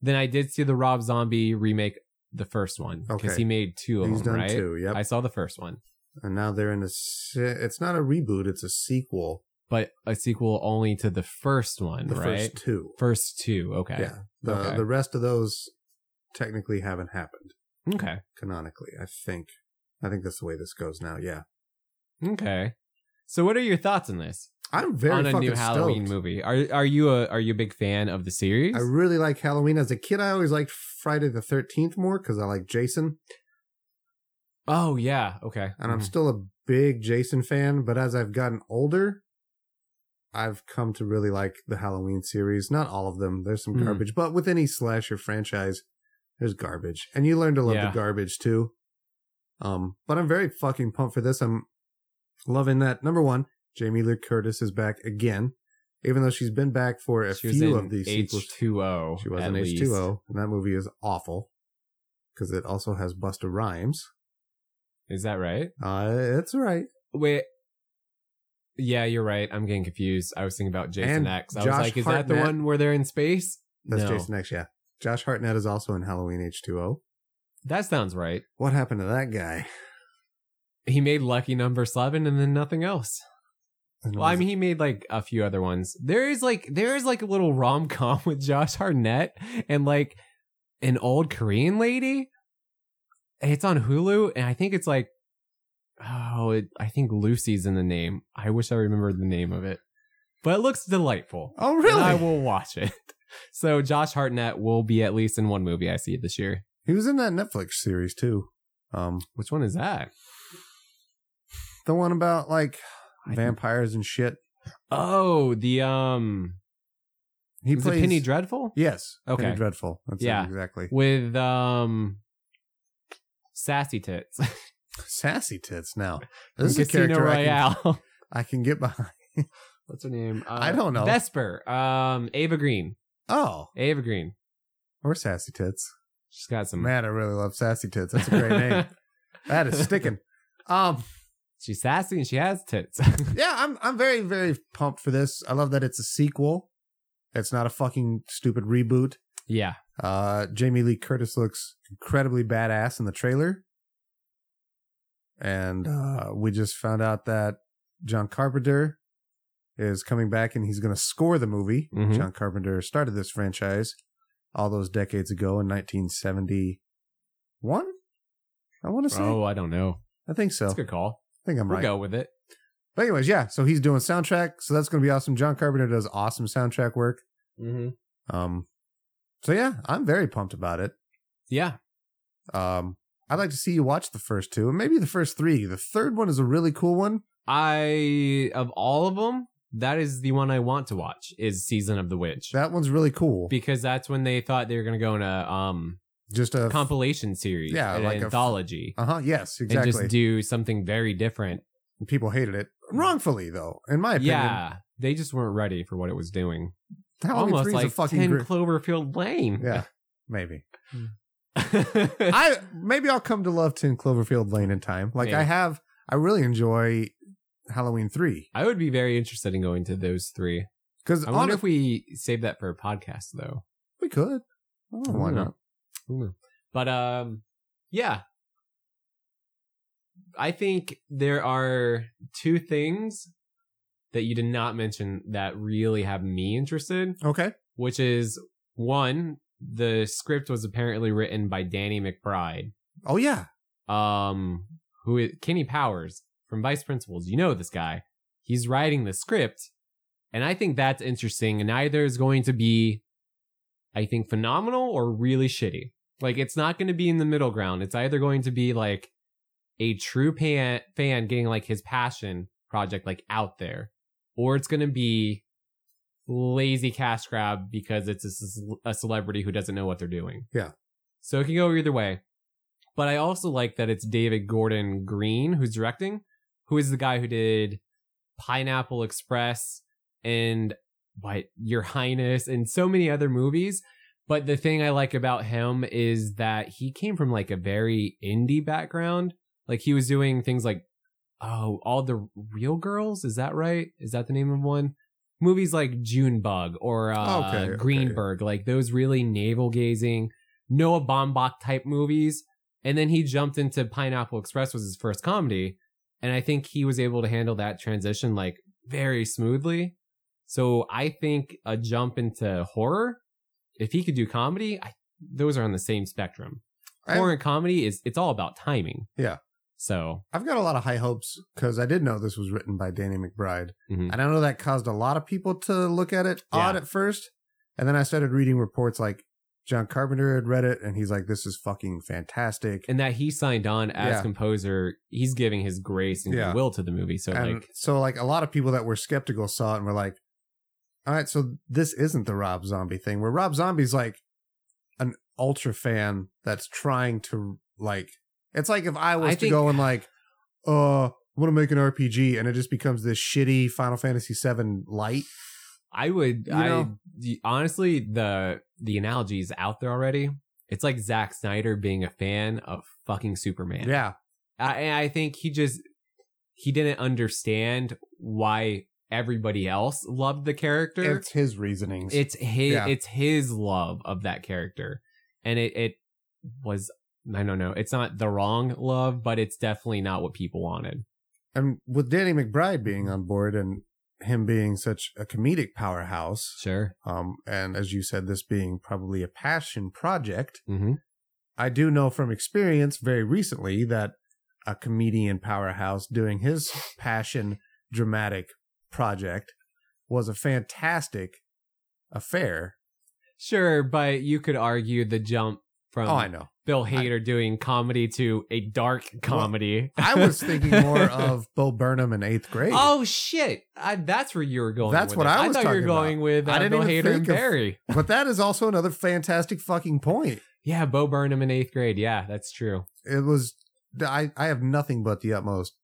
Speaker 3: Then I did see the Rob Zombie remake, the first one, because
Speaker 2: Okay.
Speaker 3: he made two of
Speaker 2: he's
Speaker 3: them,
Speaker 2: done
Speaker 3: right?
Speaker 2: two. Yep.
Speaker 3: I saw the first one,
Speaker 2: and now they're in a. se- It's not a reboot. It's a sequel.
Speaker 3: but a sequel only to the first one,
Speaker 2: The
Speaker 3: right?
Speaker 2: first two.
Speaker 3: First two, okay,
Speaker 2: Yeah. The
Speaker 3: Okay.
Speaker 2: the rest of those technically haven't happened
Speaker 3: okay.
Speaker 2: canonically. I think. I think that's the way this goes now. Yeah.
Speaker 3: Okay. So what are your thoughts on this?
Speaker 2: I'm very
Speaker 3: on a
Speaker 2: fucking
Speaker 3: new Halloween
Speaker 2: stoked.
Speaker 3: movie. Are are you a are you a big fan of the series?
Speaker 2: I really like Halloween. As a kid, I always liked Friday the Thirteenth more because I like Jason,
Speaker 3: oh yeah, okay.
Speaker 2: and I'm
Speaker 3: Mhm.
Speaker 2: still a big Jason fan. But as I've gotten older, I've come to really like the Halloween series. Not all of them. There's some
Speaker 3: Mhm.
Speaker 2: garbage, but with any slasher franchise, there's garbage, and you learn to love
Speaker 3: Yeah.
Speaker 2: the garbage too. Um, but I'm very fucking pumped for this. I'm loving that. Number one, Jamie Lee Curtis is back again, even though she's been back for a
Speaker 3: she was
Speaker 2: few
Speaker 3: in
Speaker 2: of these sequels.
Speaker 3: H2O.
Speaker 2: She was
Speaker 3: at
Speaker 2: in H
Speaker 3: least.
Speaker 2: two O, and that movie is awful because it also has Busta Rhymes.
Speaker 3: Is that right?
Speaker 2: Uh, it's all right.
Speaker 3: Wait. Yeah, you're right. I'm getting confused. I was thinking about Jason
Speaker 2: And
Speaker 3: X. I was
Speaker 2: Josh
Speaker 3: like, is that the
Speaker 2: Hartnett.
Speaker 3: one where they're in space?
Speaker 2: That's
Speaker 3: no.
Speaker 2: Jason X. Yeah, Josh Hartnett is also in Halloween H two O.
Speaker 3: That sounds right.
Speaker 2: What happened to that guy?
Speaker 3: He made Lucky Number Eleven and then nothing else.
Speaker 2: And
Speaker 3: Well, I
Speaker 2: was-
Speaker 3: mean, he made like a few other ones. There is like there is like a little rom com [laughs] with Josh Hartnett and like an old Korean lady. It's on Hulu, and I think it's like oh, it, I think Lucy's in the name. I wish I remembered the name of it, but it looks delightful.
Speaker 2: oh
Speaker 3: and
Speaker 2: really?
Speaker 3: I will watch it. [laughs] So Josh Hartnett will be at least in one movie I see this year.
Speaker 2: he was in that Netflix series too. Um,
Speaker 3: Which one is that?
Speaker 2: the one about like
Speaker 3: I-
Speaker 2: vampires and shit.
Speaker 3: Oh, the um,
Speaker 2: He
Speaker 3: Is
Speaker 2: plays
Speaker 3: it Penny Dreadful?
Speaker 2: Yes.
Speaker 3: Okay.
Speaker 2: Penny Dreadful. That's
Speaker 3: Yeah.
Speaker 2: it, exactly.
Speaker 3: With um sassy tits.
Speaker 2: Sassy tits. Now this is a
Speaker 3: [laughs] Casino
Speaker 2: character I can, [laughs]
Speaker 3: Royale.
Speaker 2: I can get behind.
Speaker 3: What's her [laughs] name? Uh,
Speaker 2: I don't know.
Speaker 3: Vesper. Um Ava Green.
Speaker 2: Oh,
Speaker 3: Ava Green.
Speaker 2: or sassy tits.
Speaker 3: She's got some
Speaker 2: Man, I really love sassy tits. That's a
Speaker 3: [laughs]
Speaker 2: great name. That is sticking. Um,
Speaker 3: She's sassy and she has tits. [laughs]
Speaker 2: yeah, I'm I'm very very pumped for this. I love that it's a sequel. It's not a fucking stupid reboot.
Speaker 3: yeah.
Speaker 2: Uh, Jamie Lee Curtis looks incredibly badass in the trailer, and uh, we just found out that John Carpenter is coming back and he's going to score the movie.
Speaker 3: Mhm.
Speaker 2: John Carpenter started this franchise all those decades ago in 1971. I want to say.
Speaker 3: Oh, I don't know.
Speaker 2: I think so.
Speaker 3: That's
Speaker 2: I
Speaker 3: a good call.
Speaker 2: think I'm
Speaker 3: We'll
Speaker 2: right.
Speaker 3: go with it.
Speaker 2: But anyways, yeah. So he's doing soundtrack, so that's going to be awesome. John Carpenter does awesome soundtrack work.
Speaker 3: Mm-hmm.
Speaker 2: Um, so yeah, I'm very pumped about it.
Speaker 3: Yeah.
Speaker 2: Um, I'd like to see you watch the first two, and maybe the first three. The third one is a really cool one.
Speaker 3: I of all of them, that is the one I want to watch is Season of the Witch.
Speaker 2: That one's really cool.
Speaker 3: because that's when they thought they were going to go in a um
Speaker 2: Just a
Speaker 3: compilation series,
Speaker 2: yeah,
Speaker 3: an
Speaker 2: like a f-
Speaker 3: anthology,
Speaker 2: Uh huh. Yes,
Speaker 3: and
Speaker 2: exactly.
Speaker 3: just do something very different.
Speaker 2: People hated it wrongfully, though. In my opinion,
Speaker 3: Yeah, they just weren't ready for what it was doing.
Speaker 2: Halloween
Speaker 3: Almost
Speaker 2: three
Speaker 3: like
Speaker 2: is a fucking
Speaker 3: ten
Speaker 2: gr-
Speaker 3: Cloverfield Lane.
Speaker 2: [laughs] yeah. Maybe I maybe I'll come to love Ten Cloverfield Lane in time. Like
Speaker 3: Maybe.
Speaker 2: I have, I really enjoy Halloween three
Speaker 3: [laughs] I would be very interested in going to those three.
Speaker 2: because
Speaker 3: I wonder
Speaker 2: honestly,
Speaker 3: if we save that for a podcast though.
Speaker 2: we could. Oh, why
Speaker 3: Who
Speaker 2: not?
Speaker 3: knows? Who knows? But um, yeah. I think there are two things that you did not mention that really have me interested,
Speaker 2: Okay.
Speaker 3: which is one, the script was apparently written by Danny McBride,
Speaker 2: Oh yeah.
Speaker 3: um, who is Kenny Powers from Vice Principals. You know this guy. He's writing the script, and I think that's interesting. And either is going to be, I think, phenomenal or really shitty. Like it's not going to be in the middle ground. It's either going to be like a true pan- fan getting like his passion project like out there, or it's going to be lazy cash grab because it's a, ce- a celebrity who doesn't know what they're doing.
Speaker 2: Yeah.
Speaker 3: So it can go either way. But I also like that it's David Gordon Green who's directing, who is the guy who did Pineapple Express and what Your Highness and so many other movies. But the thing I like about him is that he came from like a very indie background. Like he was doing things like, oh, all the real girls. Is that right? Is that the name of one? Movies like Junebug or uh,
Speaker 2: Okay, okay.
Speaker 3: Greenberg, like those really navel gazing Noah Baumbach type movies. And then he jumped into Pineapple Express was his first comedy, and I think he was able to handle that transition like very smoothly. So I think a jump into horror if he could do comedy, I, those are on the same spectrum.
Speaker 2: I-
Speaker 3: Horror and comedy is it's all about timing.
Speaker 2: Yeah.
Speaker 3: So
Speaker 2: I've got a lot of high hopes because I did know this was written by Danny McBride.
Speaker 3: Mhm.
Speaker 2: And I know that caused a lot of people to look at it odd
Speaker 3: Yeah.
Speaker 2: at first. And then I started reading reports like John Carpenter had read it and he's like, this is fucking fantastic. And,
Speaker 3: and that he signed on as
Speaker 2: Yeah.
Speaker 3: composer, he's giving his grace and
Speaker 2: Yeah.
Speaker 3: goodwill to the movie. So like
Speaker 2: so, like, a lot of people that were skeptical saw it and were like, all right, so this isn't the Rob Zombie thing, where Rob Zombie's like an ultra fan that's trying to, like, it's like if I was
Speaker 3: I
Speaker 2: to
Speaker 3: think-
Speaker 2: go and, like, uh, I want to make an RPG and it just becomes this shitty Final Fantasy VII light.
Speaker 3: I would
Speaker 2: You
Speaker 3: I
Speaker 2: know-
Speaker 3: the- honestly the the analogy is out there already. It's like Zack Snyder being a fan of fucking Superman.
Speaker 2: Yeah.
Speaker 3: I, and I think he just he didn't understand why everybody else loved the character.
Speaker 2: It's his reasonings.
Speaker 3: It's his
Speaker 2: Yeah.
Speaker 3: it's his love of that character. And it, it was I don't know, it's not the wrong love, but it's definitely not what people wanted.
Speaker 2: and with Danny McBride being on board and him being such a comedic powerhouse,
Speaker 3: Sure.
Speaker 2: um, and as you said, this being probably a passion project,
Speaker 3: Mm-hmm.
Speaker 2: I do know from experience very recently that a comedian powerhouse doing his passion dramatic project was a fantastic affair.
Speaker 3: Sure, but you could argue the jump from
Speaker 2: oh, I know.
Speaker 3: Bill Hader doing comedy to a dark comedy.
Speaker 2: I was thinking
Speaker 3: [laughs]
Speaker 2: more of Bo Burnham in eighth grade.
Speaker 3: Oh shit! I, that's where you were going.
Speaker 2: That's what
Speaker 3: with it.
Speaker 2: I was
Speaker 3: thought you were
Speaker 2: talking about.
Speaker 3: going with. Uh,
Speaker 2: I didn't
Speaker 3: Bill
Speaker 2: even
Speaker 3: Hader and
Speaker 2: think of-
Speaker 3: Barry.
Speaker 2: But that is also another fantastic fucking point.
Speaker 3: Yeah, Bo Burnham in eighth grade. Yeah, that's true.
Speaker 2: It was. I I have nothing but the utmost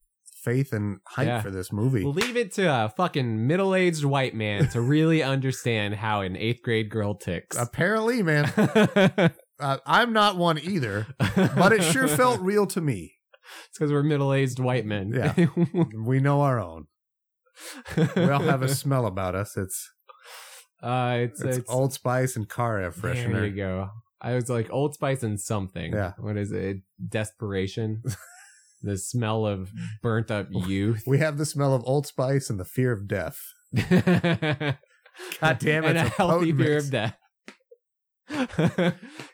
Speaker 2: faith and hype
Speaker 3: Yeah.
Speaker 2: for this movie.
Speaker 3: Leave it to a fucking middle-aged white man
Speaker 2: [laughs]
Speaker 3: to really understand how an eighth grade girl ticks. [laughs]
Speaker 2: Apparently, man,
Speaker 3: but
Speaker 2: uh, I'm not one either, but it sure felt real to me.
Speaker 3: it's because we're middle-aged white men. [laughs]
Speaker 2: Yeah. We know our own. We all have
Speaker 3: [laughs]
Speaker 2: a smell about us. It's
Speaker 3: Uh, it's,
Speaker 2: it's,
Speaker 3: it's
Speaker 2: Old Spice and car air
Speaker 3: There you
Speaker 2: freshener.
Speaker 3: go. I was like Old Spice and something.
Speaker 2: Yeah.
Speaker 3: What is it?
Speaker 2: [laughs]
Speaker 3: Desperation. the smell of burnt up youth. [laughs]
Speaker 2: We have the smell of Old Spice and the fear of death.
Speaker 3: God
Speaker 2: damn, it's
Speaker 3: And a,
Speaker 2: a
Speaker 3: healthy
Speaker 2: potent
Speaker 3: fear
Speaker 2: mix.
Speaker 3: of death. [laughs]
Speaker 2: No,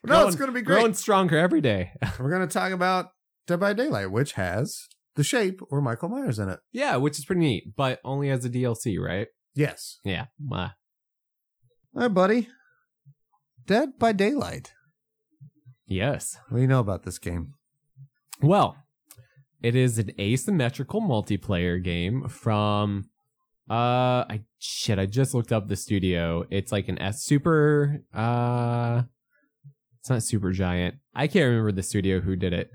Speaker 3: Growing-
Speaker 2: it's going to be great.
Speaker 3: growing stronger every day.
Speaker 2: We're going to talk about Dead by Daylight, which has The Shape or Michael Myers in it.
Speaker 3: yeah, which is pretty neat, but only as a DLC, right?
Speaker 2: Yes.
Speaker 3: Yeah. Mwah.
Speaker 2: All right, buddy. Dead by Daylight.
Speaker 3: Yes.
Speaker 2: What do you know about this game?
Speaker 3: Well, it is an asymmetrical multiplayer game from uh I shit, I just looked up the studio. It's like an S super uh it's not super giant. I can't remember the studio who did it.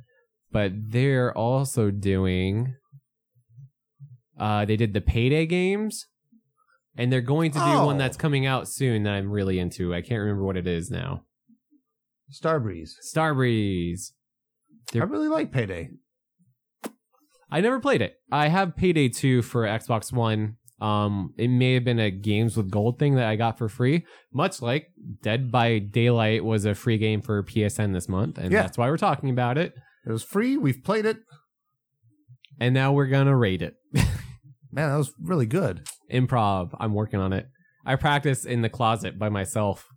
Speaker 3: But they're also doing uh they did the payday games. And they're going to do
Speaker 2: Oh.
Speaker 3: one that's coming out soon that I'm really into. I can't remember what it is now.
Speaker 2: Starbreeze.
Speaker 3: Starbreeze.
Speaker 2: I
Speaker 3: They're-
Speaker 2: really like Payday.
Speaker 3: I never played it. I have Payday 2 for Xbox One. Um, it may have been a Games with Gold thing that I got for free, much like Dead by Daylight was a free game for PSN this month, and
Speaker 2: Yeah.
Speaker 3: that's why we're talking about it.
Speaker 2: It was free. We've played it.
Speaker 3: And now we're gonna rate it.
Speaker 2: Man, that was really good.
Speaker 3: Improv. I'm working on it. I practice in the closet by myself.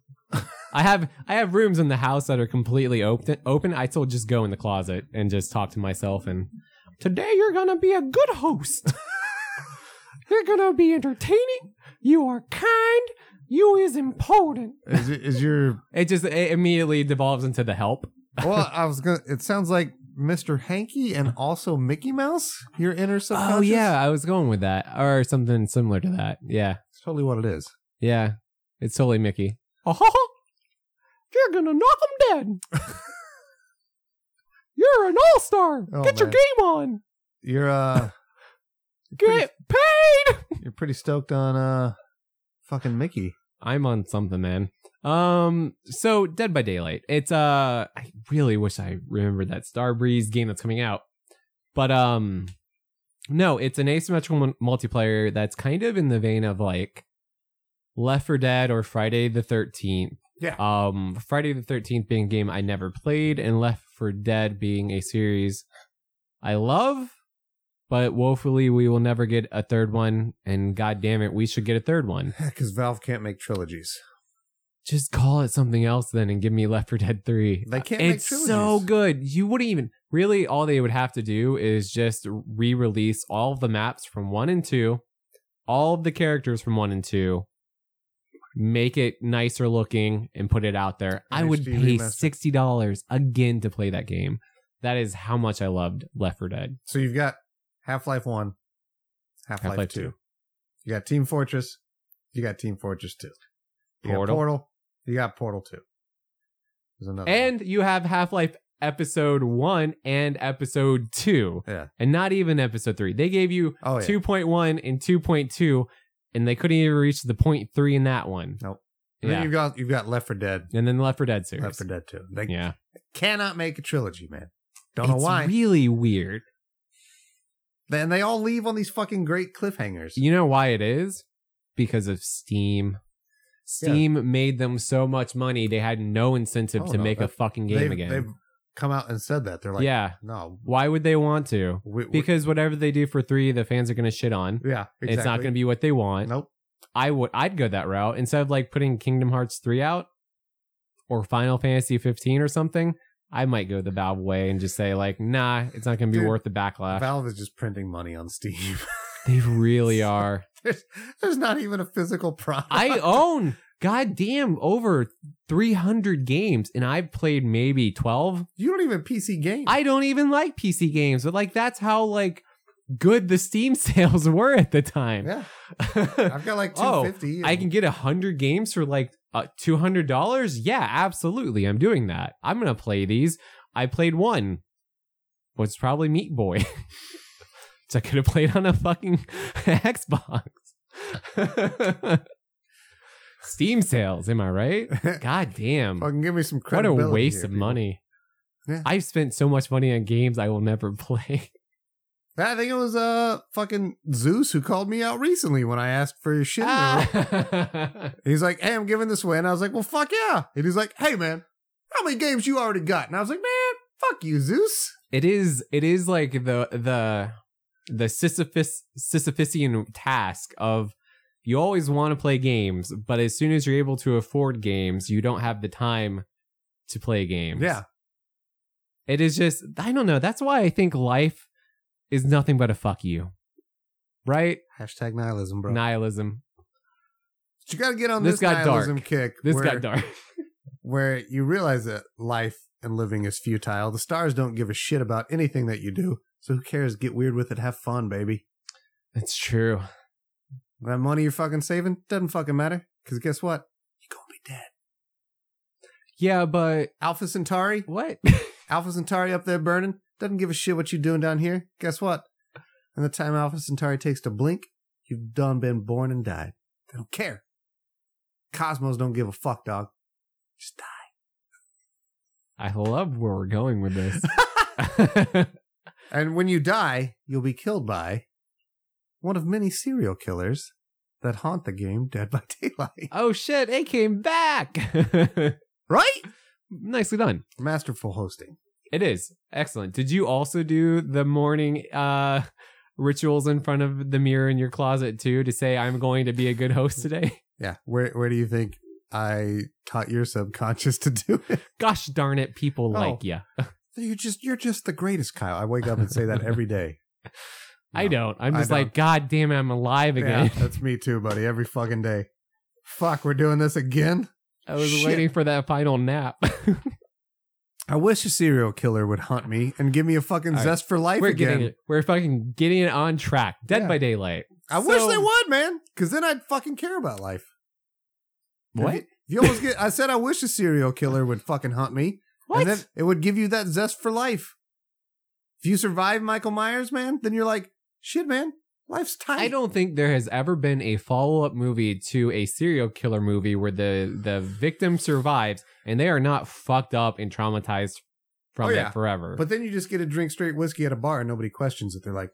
Speaker 3: I have I have rooms in the house that are completely open. Open. I still just go in the closet and just talk to myself. And today you're gonna be a good host. [laughs] you're gonna be entertaining. You are kind. You is important.
Speaker 2: Is, is your
Speaker 3: [laughs] It just it immediately devolves into the help.
Speaker 2: well? I was gonna. It sounds like Mr. Hanky and also Mickey Mouse. Your inner subconscious.
Speaker 3: Oh yeah, I was going with that or something similar to that. Yeah,
Speaker 2: it's totally what it is.
Speaker 3: yeah. It's totally Mickey. Oh, you're gonna knock him dead. [laughs] You're an all star.
Speaker 2: Oh,
Speaker 3: Get your
Speaker 2: man.
Speaker 3: game on.
Speaker 2: You're [laughs] uh,
Speaker 3: Get paid.
Speaker 2: you're pretty stoked on uh, fucking Mickey.
Speaker 3: I'm on something, man. Um, so Dead by Daylight. It's uh, I really wish I remembered that Starbreeze game that's coming out, but um, no, it's an asymmetrical mon- multiplayer that's kind of in the vein of like Left for Dead or Friday the Thirteenth.
Speaker 2: Yeah.
Speaker 3: Um, Friday the Thirteenth being a game I never played, and Left for Dead being a series I love. But woefully, we will never get a third one, and god damn it, we should get a third one
Speaker 2: Because Valve can't make trilogies.
Speaker 3: just call it something else then and give me Left 4 Dead 3.
Speaker 2: They can't make
Speaker 3: It's so
Speaker 2: trilogies.
Speaker 3: good. You wouldn't even really all they would have to do is just re-release all of the maps from 1 and 2, all of the characters from 1 and 2, make it nicer looking and put it out there. I would
Speaker 2: HD
Speaker 3: pay
Speaker 2: remaster.
Speaker 3: $60 again to play that game. That is how much I loved Left 4 Dead.
Speaker 2: So you've got Half Life One, Half Life
Speaker 3: Half-Life
Speaker 2: Two.
Speaker 3: 2.
Speaker 2: You got Team Fortress. You got Team Fortress Two. You got
Speaker 3: Portal.
Speaker 2: Portal. You got Portal Two. There's another. one.
Speaker 3: And you have Half-Life episode 1 and episode 2
Speaker 2: Yeah.
Speaker 3: and not even episode 3. They gave you
Speaker 2: oh yeah.
Speaker 3: 2.1 and 2.2 and they couldn't even reach the point three in that one
Speaker 2: Nope. And then
Speaker 3: yeah
Speaker 2: you've got you've got Left for Dead.
Speaker 3: and then the left for dead series
Speaker 2: Left for Dead Two. They
Speaker 3: yeah
Speaker 2: cannot make a trilogy, man. Don't know
Speaker 3: It's
Speaker 2: why.
Speaker 3: really weird
Speaker 2: Then they all leave on these fucking great cliffhangers.
Speaker 3: you know why it is because of steam steam made them so much money they had no incentive
Speaker 2: Oh,
Speaker 3: to
Speaker 2: no,
Speaker 3: make a
Speaker 2: that-
Speaker 3: fucking game
Speaker 2: they've,
Speaker 3: again
Speaker 2: they've come out and said that they're like,
Speaker 3: yeah
Speaker 2: no,
Speaker 3: why would they want to
Speaker 2: we, we-
Speaker 3: because whatever they do for three the fans are going to shit on
Speaker 2: yeah, exactly.
Speaker 3: it's not going to be what they want
Speaker 2: Nope.
Speaker 3: I would I'd go that route instead of like putting Kingdom Hearts 3 out or Final Fantasy 15 or something. I might go the Valve way and just say like, nah, it's not going to be
Speaker 2: Dude,
Speaker 3: worth the backlash.
Speaker 2: Valve is just printing money on Steam. [laughs]
Speaker 3: they really are.
Speaker 2: there's, there's not even a physical product.
Speaker 3: I own goddamn over 300 games and I've played maybe 12.
Speaker 2: [laughs] You don't even PC game.
Speaker 3: I don't even like PC games, but like that's how like good the Steam [laughs] sales were at the time.
Speaker 2: yeah, I've got like
Speaker 3: [laughs] Oh,
Speaker 2: 250. and-
Speaker 3: I can get a hundred games for like uh, two hundred dollars. Yeah, absolutely. I'm doing that. I'm gonna play these. I played one. Was probably Meat Boy. [laughs] so I could have played on a fucking [laughs] Xbox. [laughs] Steam sales, am I
Speaker 2: [laughs]
Speaker 3: right? God damn.
Speaker 2: fucking give me some
Speaker 3: What a
Speaker 2: credibility.
Speaker 3: waste
Speaker 2: here,
Speaker 3: of
Speaker 2: people.
Speaker 3: money.
Speaker 2: Yeah.
Speaker 3: I've spent so much money on games I will never play.
Speaker 2: I think it was uh fucking Zeus who called me out recently when I asked for your shit. in the room.
Speaker 3: [laughs] Ah.
Speaker 2: And He's like, "Hey, I'm giving this away," and I was like, "Well, fuck yeah!" And he's like, "Hey, man, how many games you already got?" And I was like, "Man, fuck you, Zeus."
Speaker 3: It is. It is like the the the Sisyphus Sisyphusian task of you always want to play games, but as soon as you're able to afford games, you don't have the time to play games.
Speaker 2: Yeah,
Speaker 3: It is just. I don't know. That's why I think life is nothing but a fuck you, right?
Speaker 2: hashtag nihilism, bro.
Speaker 3: Nihilism.
Speaker 2: But you got to get on
Speaker 3: This
Speaker 2: this,
Speaker 3: got dark.
Speaker 2: nihilism kick.
Speaker 3: This
Speaker 2: where,
Speaker 3: got dark. [laughs]
Speaker 2: Where you realize that life and living is futile. The stars don't give a shit about anything that you do. So who cares? Get weird with it. Have fun, baby.
Speaker 3: That's true.
Speaker 2: That money you're fucking saving doesn't fucking matter. Because guess what? You're going to be dead.
Speaker 3: Yeah, but
Speaker 2: Alpha Centauri,
Speaker 3: what?
Speaker 2: Alpha Centauri up there burning, doesn't give a shit what you're doing down here. Guess what? And the time Alpha Centauri takes to blink, you've done been born and died. They don't care. Cosmos don't give a fuck, dog. Just die.
Speaker 3: I love where we're going with this.
Speaker 2: [laughs] And when you die, you'll be killed by one of many serial killers that haunt the game Dead by [laughs] Daylight.
Speaker 3: [laughs] oh shit! It came back. [laughs]
Speaker 2: Right?
Speaker 3: Nicely done.
Speaker 2: Masterful hosting.
Speaker 3: It is excellent. Did you also do the morning uh, rituals in front of the mirror in your closet too to say I'm going to be a good host today? [laughs]
Speaker 2: Yeah. Where where do you think I taught your subconscious to do it?
Speaker 3: Gosh darn it, people
Speaker 2: Oh.
Speaker 3: like you.
Speaker 2: You just you're just the greatest, Kyle. I wake up and say that every [laughs] day.
Speaker 3: I don't. I'm
Speaker 2: I
Speaker 3: just like, God damn it, I'm alive
Speaker 2: Yeah,
Speaker 3: again.
Speaker 2: that's me too, buddy. Every fucking day. Fuck, we're doing this again.
Speaker 3: I was
Speaker 2: Shit.
Speaker 3: waiting for that final [laughs] nap.
Speaker 2: I wish a serial killer would hunt me and give me a fucking
Speaker 3: All right.
Speaker 2: zest for life
Speaker 3: we're
Speaker 2: again.
Speaker 3: getting it. We're fucking getting it on track. Dead
Speaker 2: Yeah.
Speaker 3: by daylight.
Speaker 2: I wish
Speaker 3: So-
Speaker 2: they would, man, because then I'd fucking care about life. If
Speaker 3: What?
Speaker 2: you, if you always get, I said I wish a serial killer would fucking hunt me,
Speaker 3: What?
Speaker 2: and then it would give you that zest for life. If you survive Michael Myers, man, then you're like, shit, man, life's tight.
Speaker 3: I don't think there has ever been a follow up movie to a serial killer movie where the the victim survives and they are not fucked up and traumatized from
Speaker 2: Oh, yeah.
Speaker 3: it forever.
Speaker 2: But then you just get to drink straight whiskey at a bar, and nobody questions it. They're like,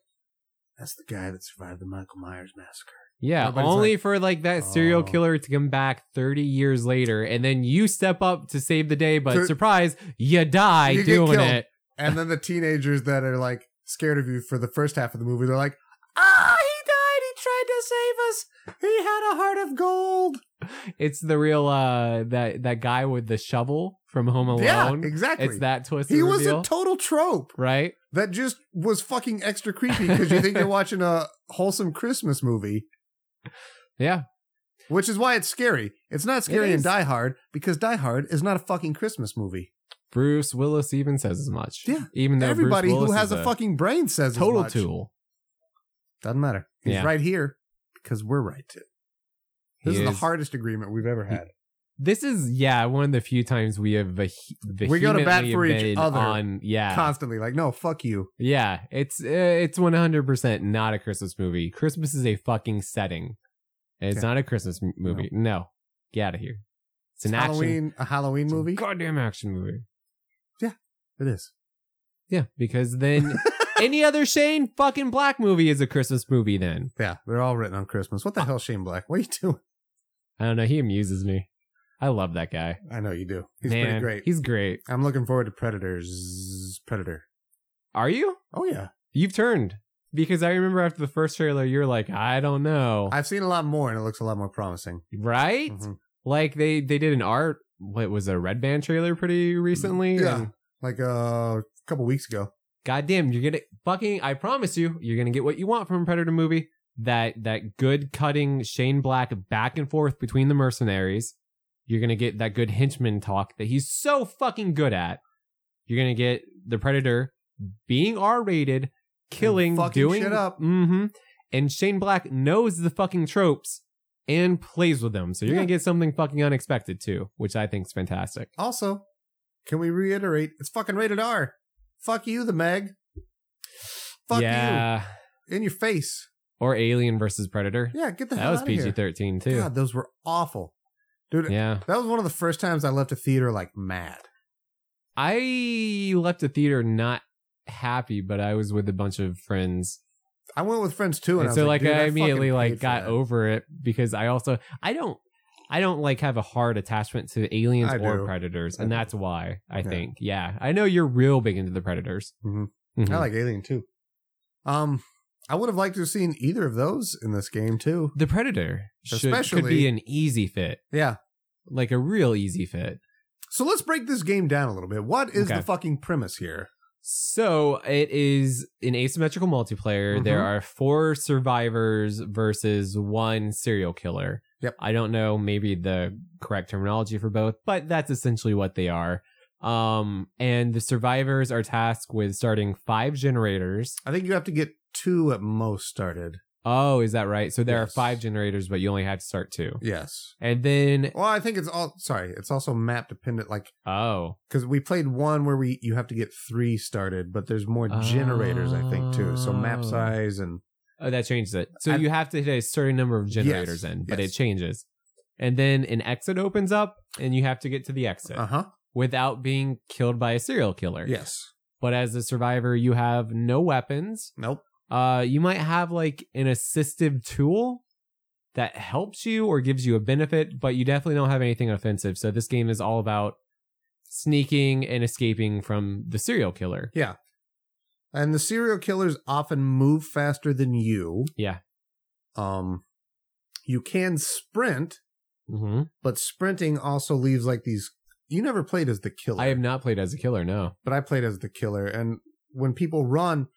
Speaker 2: that's the guy that survived the Michael Myers massacre.
Speaker 3: yeah,
Speaker 2: everybody's
Speaker 3: only
Speaker 2: like,
Speaker 3: for like that serial
Speaker 2: "Oh."
Speaker 3: killer to come back 30 years later and then you step up to save the day, but
Speaker 2: So-
Speaker 3: surprise, you die
Speaker 2: You get
Speaker 3: doing
Speaker 2: killed.
Speaker 3: it.
Speaker 2: And then the teenagers that are like scared of you for the first half of the movie, they're like, ah, he died. He tried to save us. He had a heart of gold.
Speaker 3: It's the real uh that that guy with the shovel from Home
Speaker 2: Yeah,
Speaker 3: Alone.
Speaker 2: exactly.
Speaker 3: It's that twist.
Speaker 2: he was
Speaker 3: reveal,
Speaker 2: a total trope
Speaker 3: right?
Speaker 2: that just was fucking extra creepy because you think
Speaker 3: [laughs]
Speaker 2: you're watching a wholesome Christmas movie,
Speaker 3: Yeah.
Speaker 2: which is why it's scary. It's not scary in
Speaker 3: is.
Speaker 2: Die Hard because Die Hard is not a fucking Christmas movie.
Speaker 3: Bruce Willis even says as much.
Speaker 2: Yeah.
Speaker 3: Even though Bruce
Speaker 2: Everybody who
Speaker 3: Willis
Speaker 2: has
Speaker 3: is
Speaker 2: a, fucking brain says as
Speaker 3: total
Speaker 2: much.
Speaker 3: tool.
Speaker 2: Doesn't matter. He's
Speaker 3: Yeah.
Speaker 2: right here because we're right too.
Speaker 3: He
Speaker 2: This is, the
Speaker 3: is.
Speaker 2: hardest agreement we've ever had.
Speaker 3: This is yeah one of the few times we have veh- vehemently
Speaker 2: We go to bat for each
Speaker 3: been
Speaker 2: other.
Speaker 3: on yeah
Speaker 2: Constantly, like, no, fuck you.
Speaker 3: yeah it's uh, it's one hundred percent not a Christmas movie. Christmas is a fucking setting. And It's
Speaker 2: Yeah.
Speaker 3: not a Christmas m- movie. No, get out of here. It's an action
Speaker 2: Halloween, a Halloween
Speaker 3: it's a
Speaker 2: movie.
Speaker 3: goddamn action movie.
Speaker 2: It is.
Speaker 3: Yeah,
Speaker 2: [laughs]
Speaker 3: because then any other Shane fucking Black movie is a Christmas movie. Then
Speaker 2: Yeah, they're all written on Christmas.
Speaker 3: Ah.
Speaker 2: What the hell, Shane Black? What are you doing? [laughs]
Speaker 3: I don't know. He amuses me. I love that guy.
Speaker 2: I know you do. He's
Speaker 3: Man,
Speaker 2: pretty great.
Speaker 3: He's great.
Speaker 2: I'm looking forward to Predators. Predator.
Speaker 3: Are you?
Speaker 2: Oh yeah,
Speaker 3: You've turned because I remember after the first trailer, you're like, I don't know,
Speaker 2: I've seen a lot more, and it looks a lot more promising.
Speaker 3: right?
Speaker 2: Mhm.
Speaker 3: Like they they did an art what was a red band trailer pretty recently.
Speaker 2: Yeah.
Speaker 3: And
Speaker 2: Like uh, a couple weeks ago.
Speaker 3: goddamn, you're gonna fucking I promise you, you're gonna get what you want from a Predator movie. that that good cutting Shane Black back and forth between the mercenaries. You're gonna get that good henchman talk that he's so fucking good at. You're gonna get the Predator being R rated, killing,
Speaker 2: fucking
Speaker 3: doing
Speaker 2: shit up.
Speaker 3: Mm-hmm. And Shane Black knows the fucking tropes and plays with them. So you're
Speaker 2: Yeah.
Speaker 3: gonna get something fucking unexpected too, which I think is fantastic.
Speaker 2: Also, can we reiterate? It's fucking rated R. Fuck you, the Meg. Fuck
Speaker 3: yeah.
Speaker 2: you in your face.
Speaker 3: Or Alien versus Predator.
Speaker 2: Yeah, get the
Speaker 3: that
Speaker 2: hell
Speaker 3: was
Speaker 2: out of here.
Speaker 3: PG thirteen too.
Speaker 2: God, those were awful, dude.
Speaker 3: Yeah.
Speaker 2: That was one of the first times I left a theater like mad.
Speaker 3: I left the theater not happy, but I was with a bunch of friends.
Speaker 2: I went with friends too, and,
Speaker 3: And
Speaker 2: I was
Speaker 3: so
Speaker 2: like, dude,
Speaker 3: like, I,
Speaker 2: fucking
Speaker 3: immediately
Speaker 2: paid
Speaker 3: like
Speaker 2: for
Speaker 3: got
Speaker 2: that.
Speaker 3: over it because I also I don't I don't like have a hard attachment to aliens
Speaker 2: I
Speaker 3: or
Speaker 2: do.
Speaker 3: predators,
Speaker 2: I
Speaker 3: and
Speaker 2: do.
Speaker 3: that's why I
Speaker 2: Yeah.
Speaker 3: think. Yeah. I know you're real big into the predators.
Speaker 2: Mhm.
Speaker 3: Mhm.
Speaker 2: I like Alien too. Um, I would have liked to have seen either of those in this game too.
Speaker 3: the predator should, could
Speaker 2: Especially-
Speaker 3: be an easy fit.
Speaker 2: Yeah.
Speaker 3: Like a real easy fit.
Speaker 2: So let's break this game down a little bit. What is
Speaker 3: Okay.
Speaker 2: the fucking premise here?
Speaker 3: So it is an asymmetrical multiplayer.
Speaker 2: Mhm.
Speaker 3: There are four survivors versus one serial killer.
Speaker 2: Yep.
Speaker 3: I don't know maybe the correct terminology for both, but that's essentially what they are. Um, and the survivors are tasked with starting five generators.
Speaker 2: I think you have to get two at most started.
Speaker 3: Oh, is that right? So there are
Speaker 2: Yes.
Speaker 3: five generators, but you only have to start two.
Speaker 2: Yes.
Speaker 3: And then
Speaker 2: Well, I think it's all sorry. It's also map dependent. Like
Speaker 3: oh,
Speaker 2: because we played one where we you have to get three started, but there's more generators I think too. So map
Speaker 3: Oh.
Speaker 2: size and
Speaker 3: Oh, that changes it. So
Speaker 2: I-
Speaker 3: you have to hit a certain number of generators
Speaker 2: Yes,
Speaker 3: in, but
Speaker 2: yes.
Speaker 3: it changes. And then an exit opens up, and you have to get to the exit
Speaker 2: uh huh.
Speaker 3: without being killed by a serial killer.
Speaker 2: Yes.
Speaker 3: But as a survivor, you have no weapons.
Speaker 2: Nope.
Speaker 3: Uh, you might have like an assistive tool that helps you or gives you a benefit, but you definitely don't have anything offensive. So this game is all about sneaking and escaping from the serial killer.
Speaker 2: And the serial killers often move faster than you.
Speaker 3: Yeah.
Speaker 2: Um, you can sprint,
Speaker 3: Mm-hmm.
Speaker 2: but sprinting also leaves like these. You never played as the killer.
Speaker 3: I have not played as a killer. No.
Speaker 2: but I played as the killer. And when people run,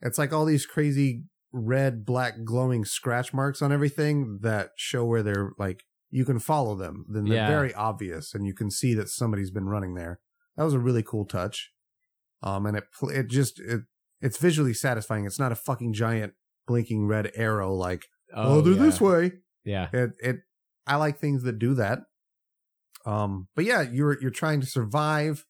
Speaker 2: it's like all these crazy red, black, glowing scratch marks on everything that show where they're like you can follow them. Then they're
Speaker 3: Yeah.
Speaker 2: very obvious, and you can see that somebody's been running there. That was a really cool touch. Um, and it pl- it just it it's visually satisfying. It's not a fucking giant blinking red arrow like oh, they're
Speaker 3: yeah.
Speaker 2: this way
Speaker 3: Yeah.
Speaker 2: it it I like things that do that. Um, but yeah, you're you're trying to survive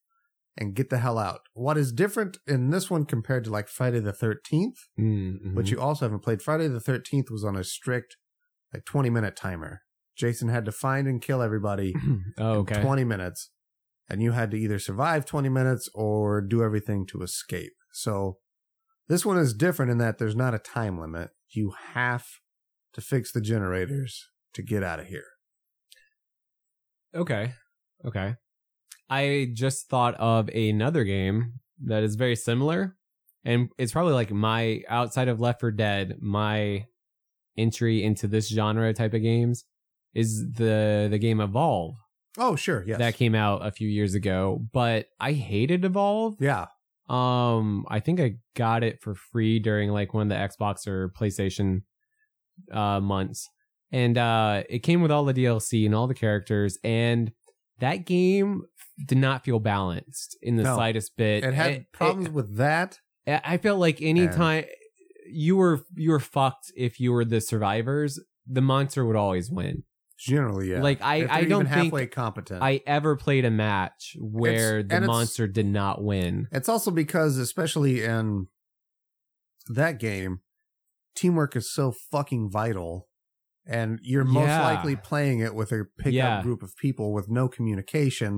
Speaker 2: and get the hell out. What is different in this one compared to like Friday the 13th,
Speaker 3: Mm-hmm.
Speaker 2: which you also haven't played. Friday the 13th was on a strict like 20 minute timer. Jason had to find and kill everybody
Speaker 3: [clears throat] oh,
Speaker 2: in
Speaker 3: okay.
Speaker 2: 20 minutes and you had to either survive 20 minutes or do everything to escape. So this one is different in that there's not a time limit. You have to fix the generators to get out of here.
Speaker 3: Okay. Okay. I just thought of another game that is very similar. And it's probably like my outside of Left 4 Dead, my entry into this genre type of games is the the game Evolve
Speaker 2: Oh, sure. Yes.
Speaker 3: that came out a few years ago. But I hated Evolve.
Speaker 2: yeah.
Speaker 3: Um, I think I got it for free during like one of the Xbox or PlayStation uh months. And uh it came with all the DLC and all the characters and that game did not feel balanced in the
Speaker 2: No.
Speaker 3: slightest bit.
Speaker 2: It had
Speaker 3: It-
Speaker 2: problems with that.
Speaker 3: it- I felt like any
Speaker 2: Yeah.
Speaker 3: time you were you were fucked if you were the survivors, the monster would always win.
Speaker 2: Generally, yeah.
Speaker 3: Like I
Speaker 2: If
Speaker 3: I
Speaker 2: they're
Speaker 3: don't
Speaker 2: even
Speaker 3: think
Speaker 2: halfway competent.
Speaker 3: I ever played a match where
Speaker 2: It's-
Speaker 3: the
Speaker 2: and it's-
Speaker 3: monster did not win.
Speaker 2: it's also because, especially in that game, teamwork is so fucking vital. And you're most
Speaker 3: Yeah.
Speaker 2: likely playing it with a pickup
Speaker 3: Yeah.
Speaker 2: group of people with no communication.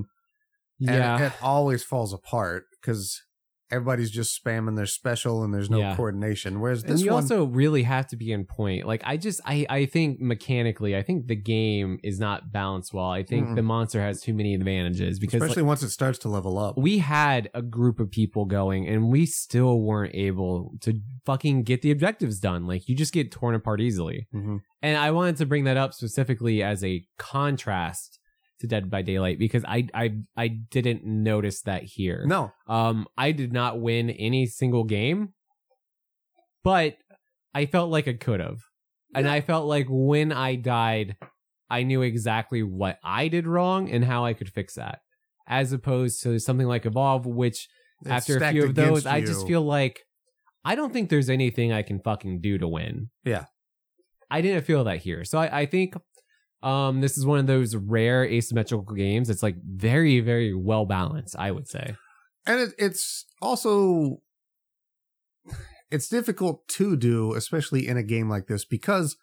Speaker 2: And
Speaker 3: yeah.
Speaker 2: it always falls apart because everybody's just spamming their special and there's no
Speaker 3: Yeah.
Speaker 2: coordination. Whereas
Speaker 3: and
Speaker 2: this
Speaker 3: you
Speaker 2: one,
Speaker 3: also really have to be in point. Like I just I I think mechanically, I think the game is not balanced well. I think
Speaker 2: Mm-mm.
Speaker 3: the monster has too many advantages because
Speaker 2: Hmm. especially
Speaker 3: like,
Speaker 2: once it starts to level up.
Speaker 3: we had a group of people going and we still weren't able to fucking get the objectives done. Like you just get torn apart easily.
Speaker 2: Mhm.
Speaker 3: And I wanted to bring that up specifically as a contrast to Dead by Daylight because I I I didn't notice that here.
Speaker 2: No,
Speaker 3: Um, I did not win any single game, but I felt like I could have. And I felt like when I died, I knew exactly what I did wrong and how I could fix that. As opposed to something like Evolve, which
Speaker 2: It's
Speaker 3: after a
Speaker 2: stacked
Speaker 3: few of those,
Speaker 2: against
Speaker 3: I
Speaker 2: you.
Speaker 3: just feel like I don't think there's anything I can fucking do to win.
Speaker 2: Yeah.
Speaker 3: I didn't feel that here. So I, I think um this is one of those rare asymmetrical games. It's like very, very well balanced, I would say.
Speaker 2: and it, it's also it's difficult to do especially in a game like this because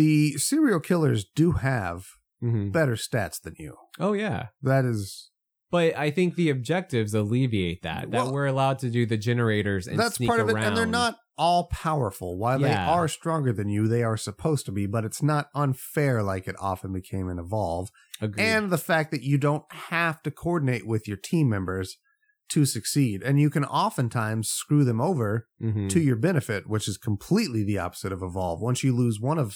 Speaker 2: the serial killers do have
Speaker 3: Mm-hmm.
Speaker 2: better stats than you
Speaker 3: Oh yeah.
Speaker 2: that is
Speaker 3: But I think the objectives alleviate that.
Speaker 2: Well-
Speaker 3: that we're allowed to do the generators and
Speaker 2: that's
Speaker 3: sneak
Speaker 2: part of it
Speaker 3: around.
Speaker 2: and they're not all powerful while they
Speaker 3: Yeah.
Speaker 2: are stronger than you they are supposed to be but it's not unfair like it often became in evolve
Speaker 3: Agreed.
Speaker 2: and the fact that you don't have to coordinate with your team members to succeed and you can oftentimes screw them over
Speaker 3: Mhm.
Speaker 2: to your benefit, which is completely the opposite of evolve. Once you lose one of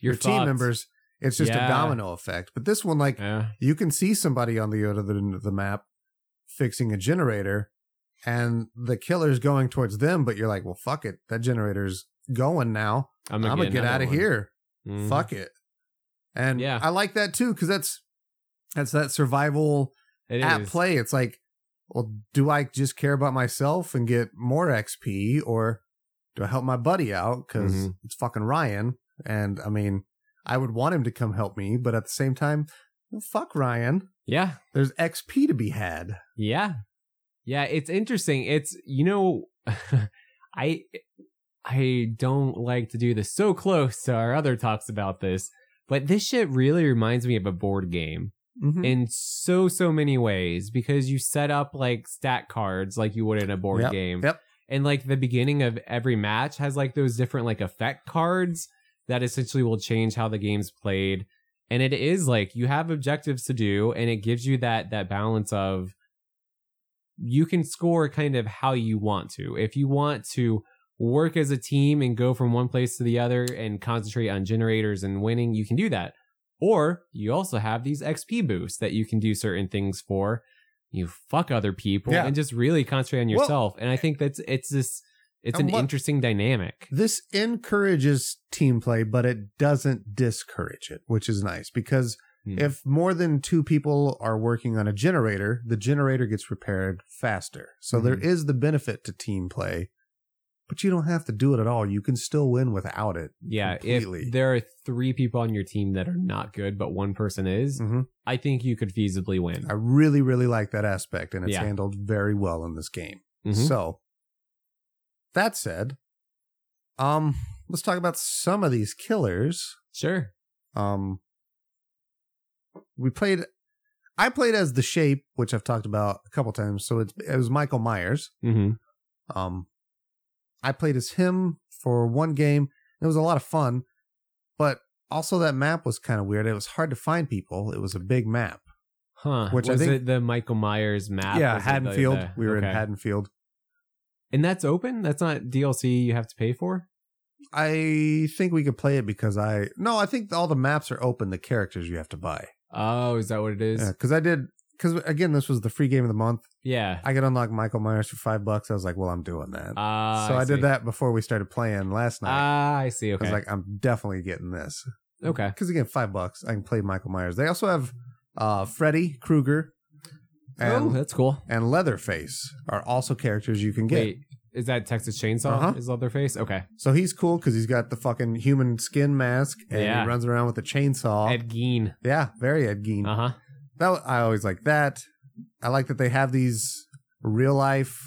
Speaker 3: You're
Speaker 2: your team
Speaker 3: fucked.
Speaker 2: members, it's just
Speaker 3: Yeah.
Speaker 2: a domino effect. But this one, like
Speaker 3: Yeah.
Speaker 2: you can see somebody on the other end of the map fixing a generator, and the killer's going towards them, but you're like, well, fuck it, that generator's going now.
Speaker 3: I'm
Speaker 2: I'm
Speaker 3: gonna,
Speaker 2: gonna, get
Speaker 3: another
Speaker 2: out of
Speaker 3: one.
Speaker 2: here.
Speaker 3: Mhm.
Speaker 2: Fuck it. And
Speaker 3: Yeah.
Speaker 2: I like that too because that's that's that survival
Speaker 3: It
Speaker 2: at
Speaker 3: is.
Speaker 2: play. It's like, well, do I just care about myself and get more XP, or do I help my buddy out because
Speaker 3: Mhm.
Speaker 2: it's fucking Ryan? And I mean, I would want him to come help me, but at the same time, well, fuck Ryan.
Speaker 3: Yeah.
Speaker 2: There's XP to be had.
Speaker 3: Yeah. Yeah, it's interesting. It's you know [laughs] I I don't like to do this so close to our other talks about this, but this shit really reminds me of a board game
Speaker 2: Mm-hmm.
Speaker 3: in so so many ways because you set up like stat cards like you would in a board game.
Speaker 2: Yep.
Speaker 3: And like the beginning of every match has like those different like effect cards that essentially will change how the game's played. And it is like you have objectives to do and it gives you that that balance of you can score kind of how you want to. If you want to work as a team and go from one place to the other and concentrate on generators and winning, you can do that. Or you also have these XP boosts that you can do certain things for. You fuck other people
Speaker 2: Yeah.
Speaker 3: and just really concentrate on
Speaker 2: Well-
Speaker 3: yourself. and I think that's it's this it's
Speaker 2: And
Speaker 3: an
Speaker 2: what-
Speaker 3: interesting dynamic.
Speaker 2: This encourages team play, but it doesn't discourage it, which is nice because
Speaker 3: Hmm.
Speaker 2: if more than two people are working on a generator, the generator gets repaired faster. So there
Speaker 3: Mhm.
Speaker 2: is the benefit to team play, but you don't have to do it at all. You can still win without it.
Speaker 3: Yeah,
Speaker 2: completely.
Speaker 3: if there are three people on your team that are not good, but one person is,
Speaker 2: Mhm.
Speaker 3: I think you could feasibly win.
Speaker 2: I really, really like that aspect, and it's
Speaker 3: Yeah.
Speaker 2: handled very well in this game.
Speaker 3: Mhm.
Speaker 2: So that said, um, let's talk about some of these killers.
Speaker 3: Sure.
Speaker 2: Um, we played. I played as the shape, which I've talked about a couple times. So it, it was Michael Myers.
Speaker 3: Mm-hmm.
Speaker 2: Um, I played as him for one game. It was a lot of fun, but also that map was kind of weird. It was hard to find people. It was a big map.
Speaker 3: Huh.
Speaker 2: Which I
Speaker 3: was
Speaker 2: think-
Speaker 3: it the Michael Myers map?
Speaker 2: yeah,
Speaker 3: Was it the-
Speaker 2: Haddonfield.
Speaker 3: the-
Speaker 2: we were in
Speaker 3: okay.
Speaker 2: Haddonfield.
Speaker 3: And that's open? That's not DLC you have to pay for?
Speaker 2: I think we could play it because I no, I think all the maps are open. The characters you have to buy
Speaker 3: Oh, is that what it is? Yeah.
Speaker 2: because I did because again this was the free game of the month. I could unlock Michael Myers for five bucks. I was like, well, I'm doing that.
Speaker 3: Ah,
Speaker 2: so I,
Speaker 3: see.
Speaker 2: did that before we started playing last night.
Speaker 3: Ah, I see.
Speaker 2: I
Speaker 3: Okay.
Speaker 2: was like, I'm definitely getting this.
Speaker 3: okay.
Speaker 2: Because again, five bucks, I can play Michael Myers. They also have uh, Freddy Krueger
Speaker 3: oh,
Speaker 2: and,
Speaker 3: that's cool.
Speaker 2: and Leatherface are also characters you can get.
Speaker 3: Wait, is that Texas Chainsaw?
Speaker 2: Uh-huh.
Speaker 3: Is Leatherface? Okay.
Speaker 2: So he's cool because he's got the fucking human skin mask and
Speaker 3: Yeah.
Speaker 2: he runs around with a chainsaw.
Speaker 3: Ed Gein.
Speaker 2: yeah, very Ed Uh-huh. Gein.
Speaker 3: Uh huh.
Speaker 2: That wa- I always like that. I like that they have these real life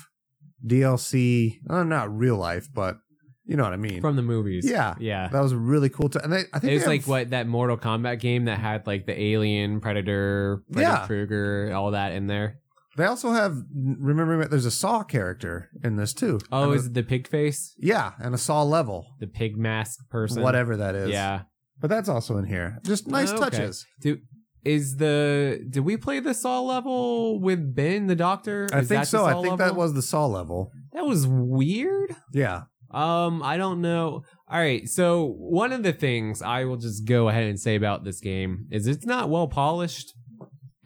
Speaker 2: DLC. Oh, not real life, but you know what I mean.
Speaker 3: From the movies.
Speaker 2: Yeah.
Speaker 3: Yeah.
Speaker 2: that was really cool. To, and they, I think
Speaker 3: It
Speaker 2: they
Speaker 3: was
Speaker 2: have-
Speaker 3: like what that Mortal Kombat game that had like the Alien, Predator, Freddy
Speaker 2: Yeah.
Speaker 3: Krueger, all that in there.
Speaker 2: They also have. Remember, there's a Saw character in this too.
Speaker 3: Oh,
Speaker 2: And
Speaker 3: is it the pig face?
Speaker 2: Yeah, and a saw level,
Speaker 3: The pig mask person?
Speaker 2: whatever that is.
Speaker 3: Yeah. Oh,
Speaker 2: but that's also in here. Just nice
Speaker 3: Okay.
Speaker 2: touches.
Speaker 3: Do is the did we play the Saw level with Ben the Doctor?
Speaker 2: I
Speaker 3: Is
Speaker 2: think
Speaker 3: that the
Speaker 2: so. I
Speaker 3: Saw
Speaker 2: think that
Speaker 3: level?
Speaker 2: was the saw level.
Speaker 3: that was weird.
Speaker 2: Yeah,
Speaker 3: Um, I don't know. All right, so one of the things I will just go ahead and say about this game is it's not well polished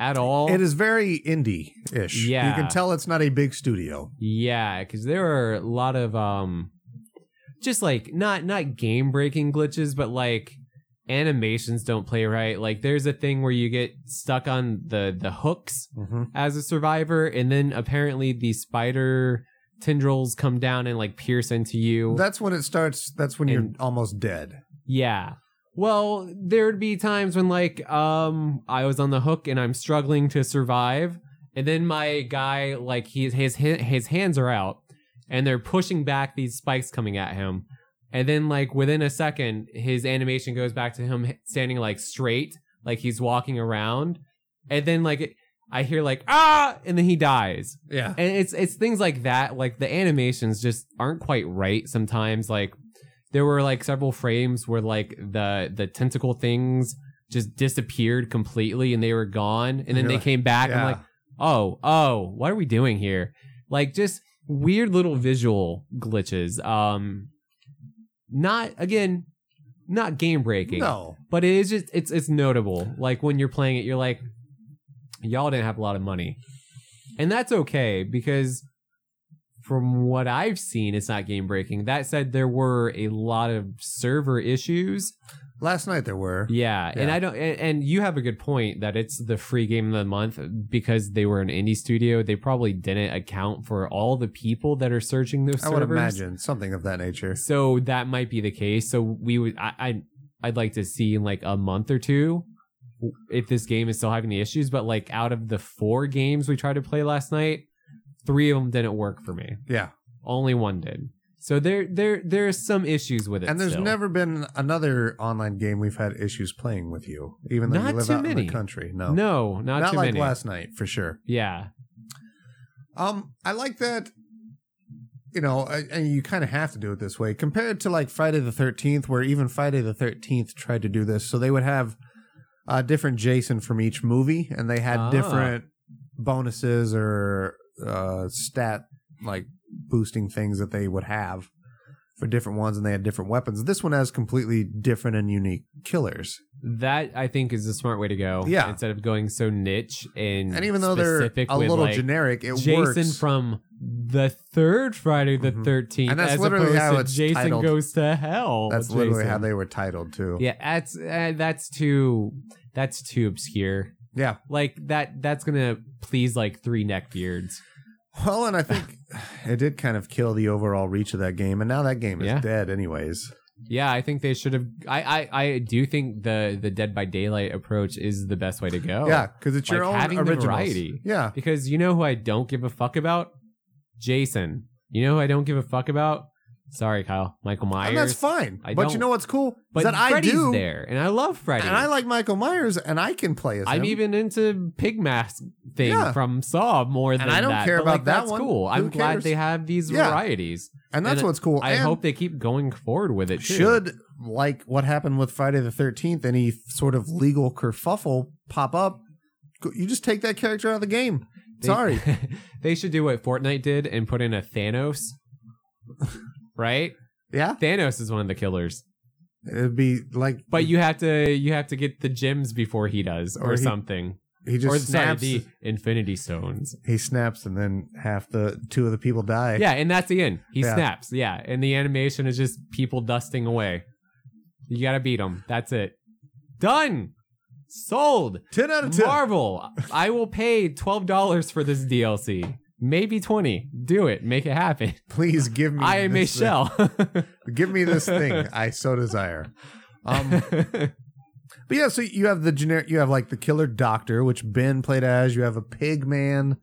Speaker 3: at all.
Speaker 2: it is very indie ish.
Speaker 3: Oh. Yeah.
Speaker 2: you can tell it's not a big studio.
Speaker 3: Yeah, because there are a lot of um just like not not game breaking glitches, but like animations don't play right. Like there's a thing where you get stuck on the the hooks
Speaker 2: Mm-hmm.
Speaker 3: as a survivor, and then apparently the spider tendrils come down and like pierce into you.
Speaker 2: That's when it starts. That's when you're
Speaker 3: And-
Speaker 2: almost dead.
Speaker 3: Yeah. Well, there'd be times when like um I was on the hook and I'm struggling to survive, and then my guy like he his hi- his hands are out and they're pushing back these spikes coming at him. And then like within a second his animation goes back to him h- standing like straight, like he's walking around. And then like it- I hear like ah and then he dies
Speaker 2: Yeah.
Speaker 3: and it's it's things like that like the animations just aren't quite right sometimes like there were like several frames where like the the tentacle things just disappeared completely and they were gone and then
Speaker 2: You're
Speaker 3: they
Speaker 2: like,
Speaker 3: came back and
Speaker 2: yeah.
Speaker 3: I'm like oh oh what are we doing here like just weird little visual glitches um not again not game breaking
Speaker 2: No.
Speaker 3: but it is just it's it's notable. Like when you're playing it, you're like, y'all didn't have a lot of money, and that's okay because from what I've seen, it's not game breaking. That said, there were a lot of server issues.
Speaker 2: Last night there were.
Speaker 3: Yeah, and
Speaker 2: Yeah.
Speaker 3: I don't. And, and you have a good point that it's the free game of the month because they were an indie studio. They probably didn't account for all the people that are searching those
Speaker 2: I
Speaker 3: servers.
Speaker 2: would imagine something of that nature.
Speaker 3: So that might be the case. So we would I, I I'd like to see in like a month or two if this game is still having the issues. But like out of the four games we tried to play last night, three of them didn't work for me.
Speaker 2: Yeah.
Speaker 3: Only one did. So there there there's some issues with it.
Speaker 2: And there's
Speaker 3: still.
Speaker 2: never been another online game we've had issues playing with you, even though
Speaker 3: Not
Speaker 2: you live
Speaker 3: too
Speaker 2: out in
Speaker 3: many.
Speaker 2: the country. No.
Speaker 3: no, not,
Speaker 2: Not
Speaker 3: too
Speaker 2: like
Speaker 3: many.
Speaker 2: last night for sure.
Speaker 3: yeah.
Speaker 2: Um, I like that. You know, I- and you kind of have to do it this way compared to like Friday the Thirteenth, where even Friday the Thirteenth tried to do this. So they would have a different Jason from each movie, and they had
Speaker 3: Ah.
Speaker 2: different bonuses or uh, stat like boosting things that they would have for different ones, and they had different weapons. This one has completely different and unique killers.
Speaker 3: That I think is a smart way to go.
Speaker 2: Yeah.
Speaker 3: Instead of going so niche and
Speaker 2: And even though they're
Speaker 3: specific
Speaker 2: a
Speaker 3: with,
Speaker 2: little
Speaker 3: like,
Speaker 2: generic, it
Speaker 3: Jason
Speaker 2: works.
Speaker 3: from the third Friday the
Speaker 2: Mhm.
Speaker 3: 13th.
Speaker 2: And that's
Speaker 3: as
Speaker 2: literally
Speaker 3: opposed
Speaker 2: how
Speaker 3: to
Speaker 2: it's
Speaker 3: Jason
Speaker 2: titled.
Speaker 3: goes to hell.
Speaker 2: That's literally
Speaker 3: Jason.
Speaker 2: how they were titled too.
Speaker 3: Yeah, that's uh, that's too that's too obscure.
Speaker 2: yeah.
Speaker 3: Like that that's gonna please like three neckbeards.
Speaker 2: Well, and I think [sighs] it did kind of kill the overall reach of that game, and now that game is
Speaker 3: Yeah.
Speaker 2: dead, anyways.
Speaker 3: Yeah, I think they should have. I, I I do think the the Dead by Daylight approach is the best way to go.
Speaker 2: yeah, because it's your
Speaker 3: Oh. like
Speaker 2: own
Speaker 3: having the
Speaker 2: originals.
Speaker 3: variety.
Speaker 2: Yeah,
Speaker 3: because you know who I don't give a fuck about, Jason. You know who I don't give a fuck about. Sorry, Kyle. Michael Myers.
Speaker 2: and that's fine.
Speaker 3: I
Speaker 2: but you
Speaker 3: don't-
Speaker 2: know what's cool?
Speaker 3: But
Speaker 2: is that I
Speaker 3: Freddy's
Speaker 2: do,
Speaker 3: there, and I love Freddy.
Speaker 2: and I like Michael Myers, and I can play as
Speaker 3: I'm
Speaker 2: him.
Speaker 3: even into pig mask thing
Speaker 2: Yeah.
Speaker 3: from Saw more than
Speaker 2: I don't
Speaker 3: that.
Speaker 2: care
Speaker 3: but,
Speaker 2: about
Speaker 3: like,
Speaker 2: that
Speaker 3: that's
Speaker 2: one.
Speaker 3: Cool.
Speaker 2: Who
Speaker 3: I'm glad
Speaker 2: cares?
Speaker 3: they have these
Speaker 2: Yeah.
Speaker 3: varieties.
Speaker 2: and that's
Speaker 3: and
Speaker 2: what's cool.
Speaker 3: I
Speaker 2: and
Speaker 3: hope they keep going forward with it. Too.
Speaker 2: should like what happened with Friday the Thirteenth, any sort of legal kerfuffle pop up. go- You just take that character out of the game.
Speaker 3: They-
Speaker 2: Sorry,
Speaker 3: [laughs] they should do what Fortnite did and put in
Speaker 2: [laughs]
Speaker 3: a Thanos. right?
Speaker 2: yeah,
Speaker 3: Thanos is one of the killers,
Speaker 2: it'd be like,
Speaker 3: but you have to you have to get the gems before he does, or,
Speaker 2: Or he
Speaker 3: something,
Speaker 2: he just
Speaker 3: or sorry,
Speaker 2: snaps.
Speaker 3: the Infinity Stones.
Speaker 2: he snaps, and then half the two of the people die.
Speaker 3: Yeah, and that's the end. He
Speaker 2: Yeah.
Speaker 3: snaps. Yeah, and the animation is just people dusting away. You gotta beat him. That's it. Done. Sold.
Speaker 2: ten out of ten.
Speaker 3: Marvel. I will pay twelve dollars for this DLC. Maybe twenty. Do it. Make it
Speaker 2: [laughs]
Speaker 3: happen.
Speaker 2: Please give me.
Speaker 3: I am a
Speaker 2: this thing. [laughs]
Speaker 3: shell.
Speaker 2: Give me this
Speaker 3: [laughs]
Speaker 2: thing I so desire. Um, but yeah, so you have the generic. You have like the killer doctor, which Ben played as. You have a pig man.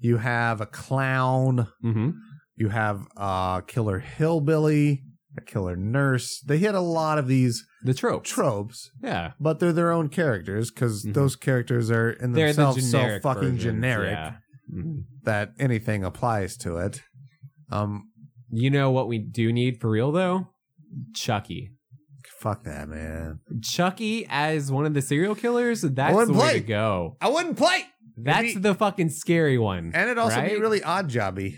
Speaker 2: You have a clown.
Speaker 3: Mhm.
Speaker 2: You have a killer hillbilly. A killer nurse. They hit a lot of these
Speaker 3: The trope.
Speaker 2: tropes,
Speaker 3: Yeah.
Speaker 2: but they're their own characters because
Speaker 3: Mhm.
Speaker 2: those characters are in
Speaker 3: They're the
Speaker 2: themselves so
Speaker 3: generic
Speaker 2: fucking
Speaker 3: versions,
Speaker 2: generic
Speaker 3: yeah. Mhm.
Speaker 2: that anything applies to it. Um,
Speaker 3: You know what we do need for real though? Chucky.
Speaker 2: fuck that, man.
Speaker 3: Chucky as one of the serial killers. That's
Speaker 2: wouldn't
Speaker 3: the way
Speaker 2: play.
Speaker 3: to go.
Speaker 2: I wouldn't play.
Speaker 3: That's
Speaker 2: be-
Speaker 3: the fucking scary one.
Speaker 2: And it'd also be
Speaker 3: right?
Speaker 2: really odd jobby.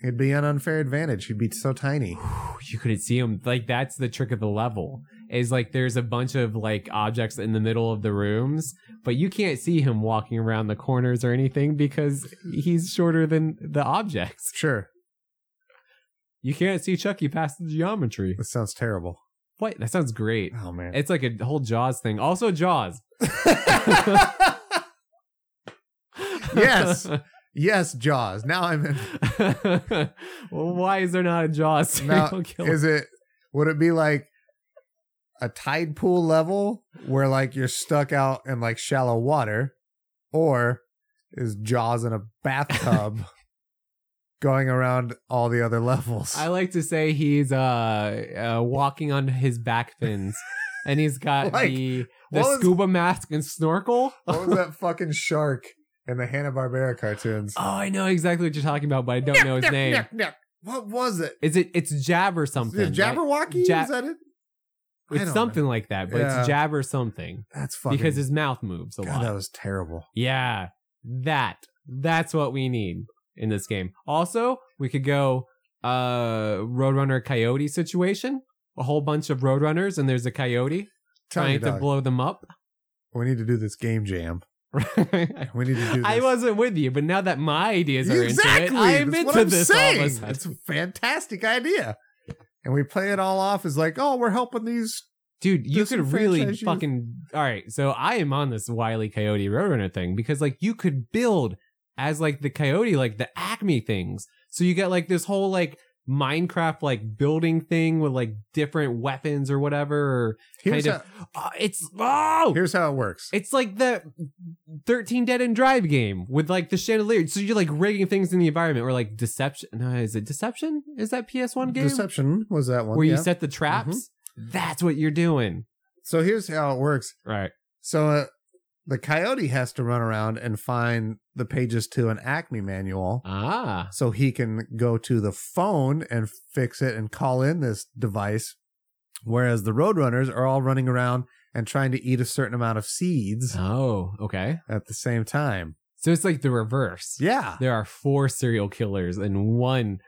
Speaker 2: It'd be an unfair advantage. He'd be so tiny.
Speaker 3: you couldn't see him. Like that's the trick of the level. Is like there's a bunch of like objects in the middle of the rooms, but you can't see him walking around the corners or anything because he's shorter than the objects.
Speaker 2: Sure.
Speaker 3: You can't see Chucky past the geometry.
Speaker 2: That sounds terrible.
Speaker 3: What? That sounds great.
Speaker 2: Oh
Speaker 3: [laughs]
Speaker 2: man.
Speaker 3: It's like a whole Jaws thing. Also Jaws.
Speaker 2: yes. Yes, Jaws. Now I'm in.
Speaker 3: well, [laughs] why is there not a Jaws
Speaker 2: Now,
Speaker 3: serial killer?
Speaker 2: Is it would it be like a tide pool level where like you're stuck out in like shallow water or is Jaws in a
Speaker 3: [laughs]
Speaker 2: bathtub going around all the other levels?
Speaker 3: I like to say he's uh, uh walking on his back [laughs] fins, and he's got
Speaker 2: Like,
Speaker 3: the the
Speaker 2: what was-
Speaker 3: scuba mask and snorkel.
Speaker 2: what was that fucking shark in the Hanna-Barbera cartoons?
Speaker 3: Oh, I know exactly what you're talking about, but I don't know his name.
Speaker 2: What was it?
Speaker 3: Is it? It's Jab or something.
Speaker 2: Is it
Speaker 3: right?
Speaker 2: Jabberwocky?
Speaker 3: Ja-
Speaker 2: Is that it? I
Speaker 3: It's
Speaker 2: don't
Speaker 3: something
Speaker 2: know.
Speaker 3: like that, but
Speaker 2: Yeah.
Speaker 3: it's Jab or something
Speaker 2: That's fucking
Speaker 3: because his mouth moves a
Speaker 2: God,
Speaker 3: lot.
Speaker 2: that was terrible.
Speaker 3: Yeah, that that's what we need in this game. Also, we could go uh Roadrunner Coyote situation. A whole bunch of Roadrunners, and there's a coyote
Speaker 2: Tell me,
Speaker 3: trying to
Speaker 2: dog,
Speaker 3: blow them up.
Speaker 2: we need to do this game jam.
Speaker 3: Right?
Speaker 2: We need to do this.
Speaker 3: I wasn't with you, but now that my ideas are into it, I am
Speaker 2: That's
Speaker 3: into
Speaker 2: what I'm
Speaker 3: this
Speaker 2: saying.
Speaker 3: all of a sudden.
Speaker 2: It's a fantastic idea. And we play it all off as like, oh, we're helping these.
Speaker 3: Dude, you could really
Speaker 2: disenfranchise you.
Speaker 3: fucking. All right, so I am on this Wily Coyote Roadrunner thing because, like, you could build as, like, the coyote, like, the Acme things. So you get, like, this whole, like, Minecraft, like, building thing with, like, different weapons or whatever.
Speaker 2: Here's,
Speaker 3: Kind Oh, it's. Oh!
Speaker 2: how, here's how it works.
Speaker 3: It's like the 13 Dead and Drive game with like the chandelier. So you're like rigging things in the environment or like deception. No, is it deception? Is that PS1 game?
Speaker 2: Deception was that one.
Speaker 3: Where you
Speaker 2: yeah. Mm-hmm.
Speaker 3: set the traps? That's what you're doing.
Speaker 2: so here's how it works.
Speaker 3: Right.
Speaker 2: So uh, the coyote has to run around and find the pages to an Acme manual.
Speaker 3: Ah.
Speaker 2: so he can go to the phone and fix it and call in this device. Whereas the Roadrunners are all running around and trying to eat a certain amount of seeds
Speaker 3: Oh, okay.
Speaker 2: at the same time.
Speaker 3: So it's like the reverse.
Speaker 2: Yeah.
Speaker 3: There are four serial killers and one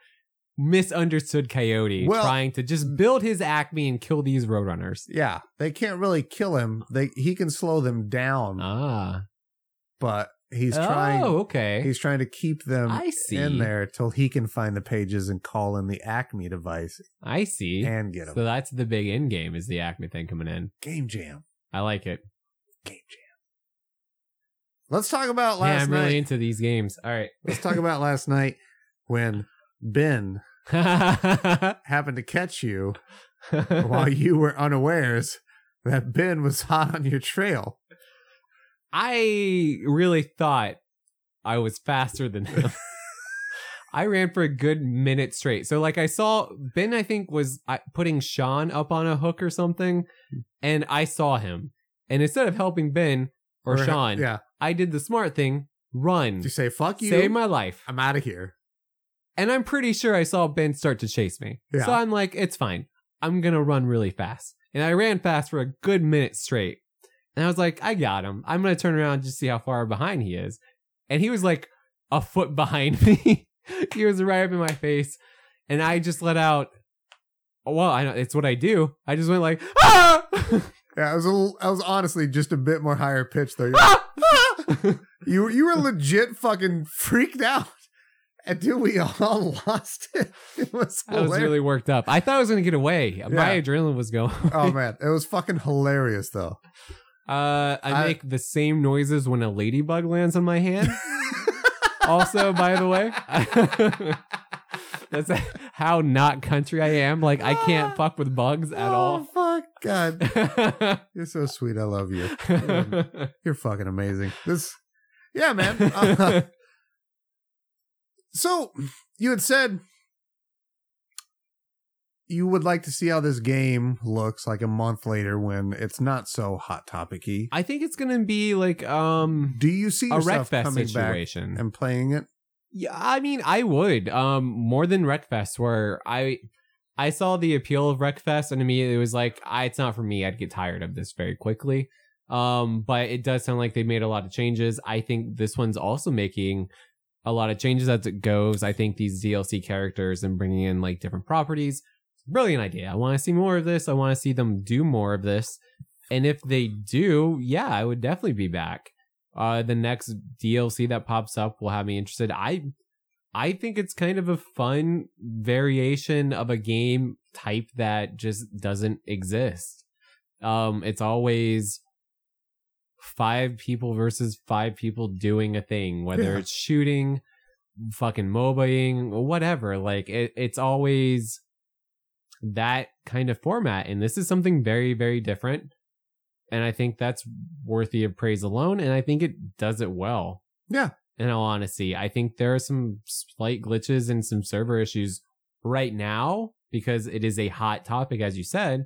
Speaker 3: misunderstood coyote
Speaker 2: Well-
Speaker 3: trying to just build his acme and kill these roadrunners.
Speaker 2: Yeah. They can't really kill him. They he can slow them down,
Speaker 3: Ah.
Speaker 2: but he's
Speaker 3: oh,
Speaker 2: trying
Speaker 3: okay.
Speaker 2: he's trying to keep them
Speaker 3: I see.
Speaker 2: in there till he can find the pages and call in the Acme device
Speaker 3: I see.
Speaker 2: and get them.
Speaker 3: So that's the big end game is the Acme thing coming in.
Speaker 2: Game jam.
Speaker 3: I like it.
Speaker 2: Game jam. Let's talk about
Speaker 3: Man,
Speaker 2: last
Speaker 3: I'm
Speaker 2: night.
Speaker 3: really into these games.
Speaker 2: [laughs]
Speaker 3: All right.
Speaker 2: Let's talk about last night when Ben happened to catch
Speaker 3: [laughs]
Speaker 2: you while you were unawares that Ben was [laughs] hot on your trail.
Speaker 3: I really thought I was faster than him. [laughs] I ran for a good minute straight. So like I saw Ben I think was uh, putting Sean up on a hook or something and I saw him. And instead of helping Ben or, Sean,
Speaker 2: Yeah.
Speaker 3: I did the smart thing, run.
Speaker 2: You say, fuck you.
Speaker 3: Save my life.
Speaker 2: I'm out of here.
Speaker 3: And I'm pretty sure I saw Ben start to chase me.
Speaker 2: Yeah.
Speaker 3: So I'm like, it's fine. I'm going to run really fast. And I ran fast for a good minute straight. And I was like, I got him. I'm going to turn around and just see how far behind he is. And he was like a foot [laughs] behind me. he was right up in my face. And I just let out, well, I know it's what I do. I just went like, ah! [laughs]
Speaker 2: Yeah, I was a little, I was honestly just a bit more higher pitched though. You're-
Speaker 3: ah! [laughs] ah!
Speaker 2: You you were legit fucking freaked out. And dude, we all [laughs] lost it. It was
Speaker 3: I was
Speaker 2: hilarious.
Speaker 3: really worked up. I thought I was going to get away. My adrenaline was going.
Speaker 2: oh man, it was fucking hilarious though.
Speaker 3: Uh, I,
Speaker 2: I-
Speaker 3: make the same noises when a ladybug lands on
Speaker 2: [laughs]
Speaker 3: my hand. also, by the way, [laughs] that's how not country I am. Like, I
Speaker 2: [laughs]
Speaker 3: can't fuck with bugs at
Speaker 2: Oh fuck, God,
Speaker 3: [laughs] all.
Speaker 2: you're so sweet. I love you. You're fucking amazing. This, yeah, man.
Speaker 3: [laughs]
Speaker 2: Uh, so you had said you would like to see how this game looks like a month later when it's not so hot topicy.
Speaker 3: I think it's gonna be like um
Speaker 2: Do you see
Speaker 3: a wreck
Speaker 2: yourself
Speaker 3: fest
Speaker 2: coming
Speaker 3: situation.
Speaker 2: back and playing it?
Speaker 3: Yeah, I mean, I would. Um, more than Wreckfest, where I I saw the appeal of Wreckfest, and immediately was like, I, it's not for me. I'd get tired of this very quickly. Um, but it does sound like they made a lot of changes. I think this one's also making a lot of changes as it goes. I think these DLC characters and bringing in like different properties, brilliant idea. I want to see more of this. I want to see them do more of this. And if they do, yeah, I would definitely be back uh the next DLC that pops up will have me interested. I I think it's kind of a fun variation of a game type that just doesn't exist. Um, it's always five people versus five people doing a thing, whether
Speaker 2: Yeah.
Speaker 3: it's shooting, fucking mobaing, whatever. Like it, it's always that kind of format. And this is something very, very different. And I think that's worthy of praise alone. And I think it does it well
Speaker 2: Yeah.
Speaker 3: in all honesty. I think there are some slight glitches and some server issues right now because it is a hot topic, as you said.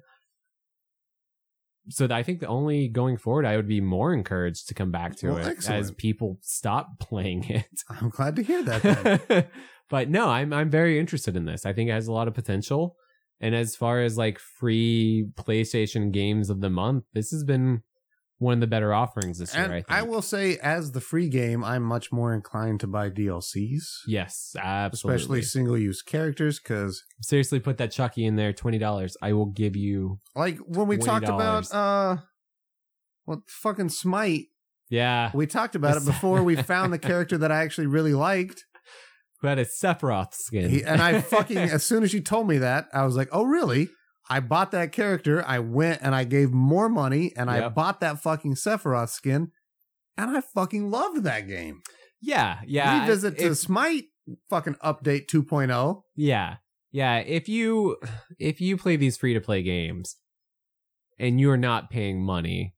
Speaker 3: So I think the only going forward, I would be more encouraged to come back to
Speaker 2: Well,
Speaker 3: it as
Speaker 2: excellent.
Speaker 3: people stop [laughs] playing
Speaker 2: I'm glad to hear that.
Speaker 3: [laughs]
Speaker 2: Then.
Speaker 3: it. but no, I'm I'm very interested in this. I think it has a lot of potential. And as far as like free PlayStation games of the month, this has been one of the better offerings this year. I
Speaker 2: and
Speaker 3: think.
Speaker 2: I, will say, as the free game, I'm much more inclined to buy DLCs,
Speaker 3: Yes,
Speaker 2: especially
Speaker 3: absolutely.
Speaker 2: single use characters, because
Speaker 3: seriously put that Chucky in there, twenty dollars. I will give you
Speaker 2: like when we talked about uh, well, fucking Smite,
Speaker 3: Yeah.
Speaker 2: we talked about it before
Speaker 3: [laughs]
Speaker 2: we found the character that I actually really liked,
Speaker 3: Who had a Sephiroth skin.
Speaker 2: He- and
Speaker 3: [laughs]
Speaker 2: I fucking as soon as you told me that, I was like, oh really? I bought that character. I went and I gave more money, and I
Speaker 3: Yep.
Speaker 2: bought that fucking Sephiroth skin, and I fucking loved that game.
Speaker 3: Yeah, yeah.
Speaker 2: Revisit
Speaker 3: I-
Speaker 2: to
Speaker 3: if-
Speaker 2: Smite fucking update oh. 2.0.
Speaker 3: Yeah. Yeah. If you if you play these free to play games and you're not paying money,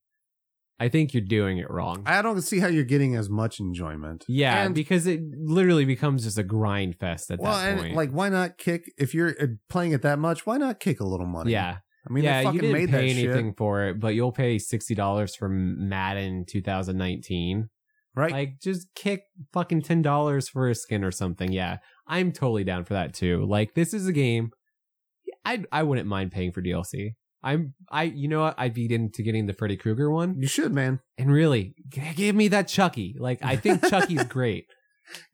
Speaker 3: I think you're doing it wrong.
Speaker 2: I don't see how you're getting as much enjoyment.
Speaker 3: yeah,
Speaker 2: and-
Speaker 3: because it literally becomes just a grind fest at
Speaker 2: well,
Speaker 3: that
Speaker 2: and
Speaker 3: point.
Speaker 2: like, why not kick? If you're uh, playing it that much, why not kick a little money?
Speaker 3: yeah,
Speaker 2: I mean,
Speaker 3: yeah,
Speaker 2: they
Speaker 3: you
Speaker 2: fucking
Speaker 3: didn't
Speaker 2: made
Speaker 3: pay
Speaker 2: that
Speaker 3: anything
Speaker 2: shit,
Speaker 3: for it, but you'll pay sixty dollars for Madden 2019.
Speaker 2: right?
Speaker 3: Like just kick fucking ten dollars for a skin or something. Yeah, I'm totally down for that too. Like this is a game, I I wouldn't mind paying for DLC. I'm I you know what I'd be into getting the Freddy Krueger one.
Speaker 2: you should, man.
Speaker 3: And really, g- give me that Chucky. Like I think
Speaker 2: [laughs]
Speaker 3: Chucky's great,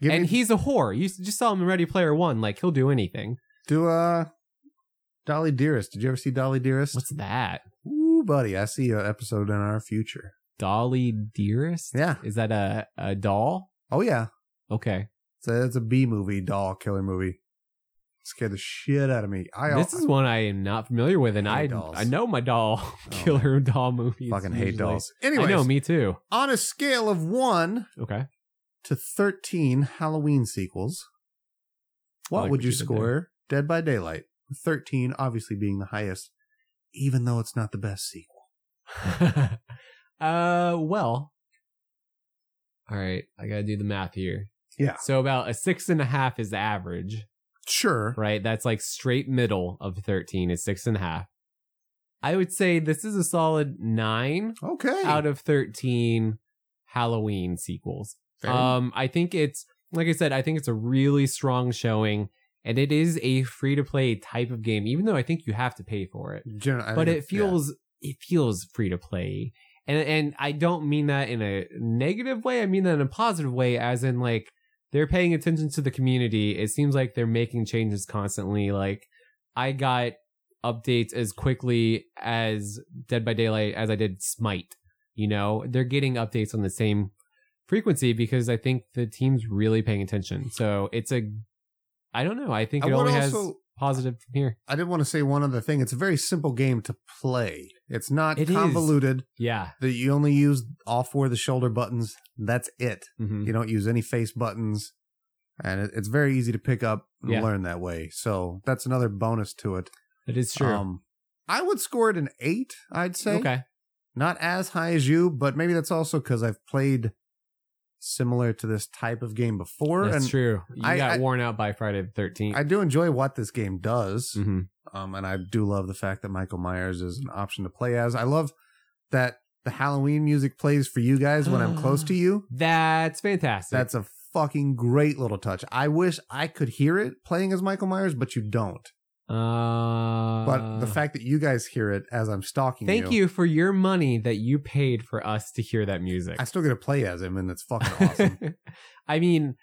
Speaker 2: Give
Speaker 3: and
Speaker 2: me,
Speaker 3: he's a whore. You s- just saw him in Ready Player One. Like he'll do anything.
Speaker 2: do uh, Dolly Dearest. Did you ever see Dolly Dearest?
Speaker 3: What's that?
Speaker 2: Ooh, buddy, I see an episode in our future.
Speaker 3: Dolly Dearest?
Speaker 2: Yeah.
Speaker 3: Is that a a doll?
Speaker 2: Oh yeah,
Speaker 3: Okay.
Speaker 2: it's a, it's a B movie, doll killer movie. Scared the shit out of me. I
Speaker 3: this is one I am not familiar with, and
Speaker 2: I
Speaker 3: I
Speaker 2: hate dolls. Oh,
Speaker 3: I know my doll [laughs] killer doll movies.
Speaker 2: fucking hate
Speaker 3: usually.
Speaker 2: dolls. Anyways,
Speaker 3: I know, me too.
Speaker 2: on a scale of one
Speaker 3: Okay. [laughs]
Speaker 2: to 13 Halloween sequels,
Speaker 3: I
Speaker 2: what
Speaker 3: like
Speaker 2: would
Speaker 3: what
Speaker 2: you
Speaker 3: you did
Speaker 2: score Dead by Daylight? 13 obviously being the highest, even though it's not the best sequel.
Speaker 3: uh, well. All right, I gotta do the math here.
Speaker 2: Yeah.
Speaker 3: So about a six and a half is the average,
Speaker 2: Sure.
Speaker 3: right? That's like straight middle of thirteen is six and a half. I would say this is a solid nine
Speaker 2: Okay.
Speaker 3: out of thirteen Halloween sequels.
Speaker 2: Fair.
Speaker 3: Um, I think it's like I said, I think it's a really strong showing, and it is a free to play type of game, even though I think you have to pay for it.
Speaker 2: Gen- I
Speaker 3: But
Speaker 2: think
Speaker 3: it
Speaker 2: yeah.
Speaker 3: feels it feels free to play, and and I don't mean that in a negative way. I mean that in a positive way, as in like they're paying attention to the community. It seems like they're making changes constantly. Like I got updates as quickly as Dead by Daylight as I did Smite. You know, they're getting updates on the same frequency because I think the team's really paying attention. So it's a, I don't know. I think
Speaker 2: I
Speaker 3: it
Speaker 2: would
Speaker 3: only has
Speaker 2: also-
Speaker 3: positive from here.
Speaker 2: I did want to say one other thing. It's a very simple game to play. It's not
Speaker 3: It is.
Speaker 2: convoluted.
Speaker 3: Yeah.
Speaker 2: That you only use all four of the shoulder buttons. That's it.
Speaker 3: hmm
Speaker 2: You don't use any face buttons, and it, it's very easy to pick up and
Speaker 3: Yeah.
Speaker 2: learn that way. So that's another bonus to it.
Speaker 3: It is true.
Speaker 2: Um, I would score it an eight. I'd say
Speaker 3: okay.
Speaker 2: not as high as you, but maybe that's also because I've played similar to this type of game before,
Speaker 3: That's
Speaker 2: and
Speaker 3: true. You
Speaker 2: I-
Speaker 3: got
Speaker 2: I-
Speaker 3: worn out by Friday the 13th.
Speaker 2: I do enjoy what this game does.
Speaker 3: hmm
Speaker 2: Um, and I do love the fact that Michael Myers is an option to play as. I love that the Halloween music plays for you guys when I'm close to
Speaker 3: Ah.
Speaker 2: you.
Speaker 3: That's fantastic.
Speaker 2: That's a fucking great little touch. I wish I could hear it playing as Michael Myers, but you don't.
Speaker 3: uh,
Speaker 2: But the fact that you guys hear it as I'm stalking
Speaker 3: Thank you for your money that you paid for us to hear that music.
Speaker 2: I still get to play as him, and it's fucking
Speaker 3: [laughs]
Speaker 2: awesome.
Speaker 3: I mean,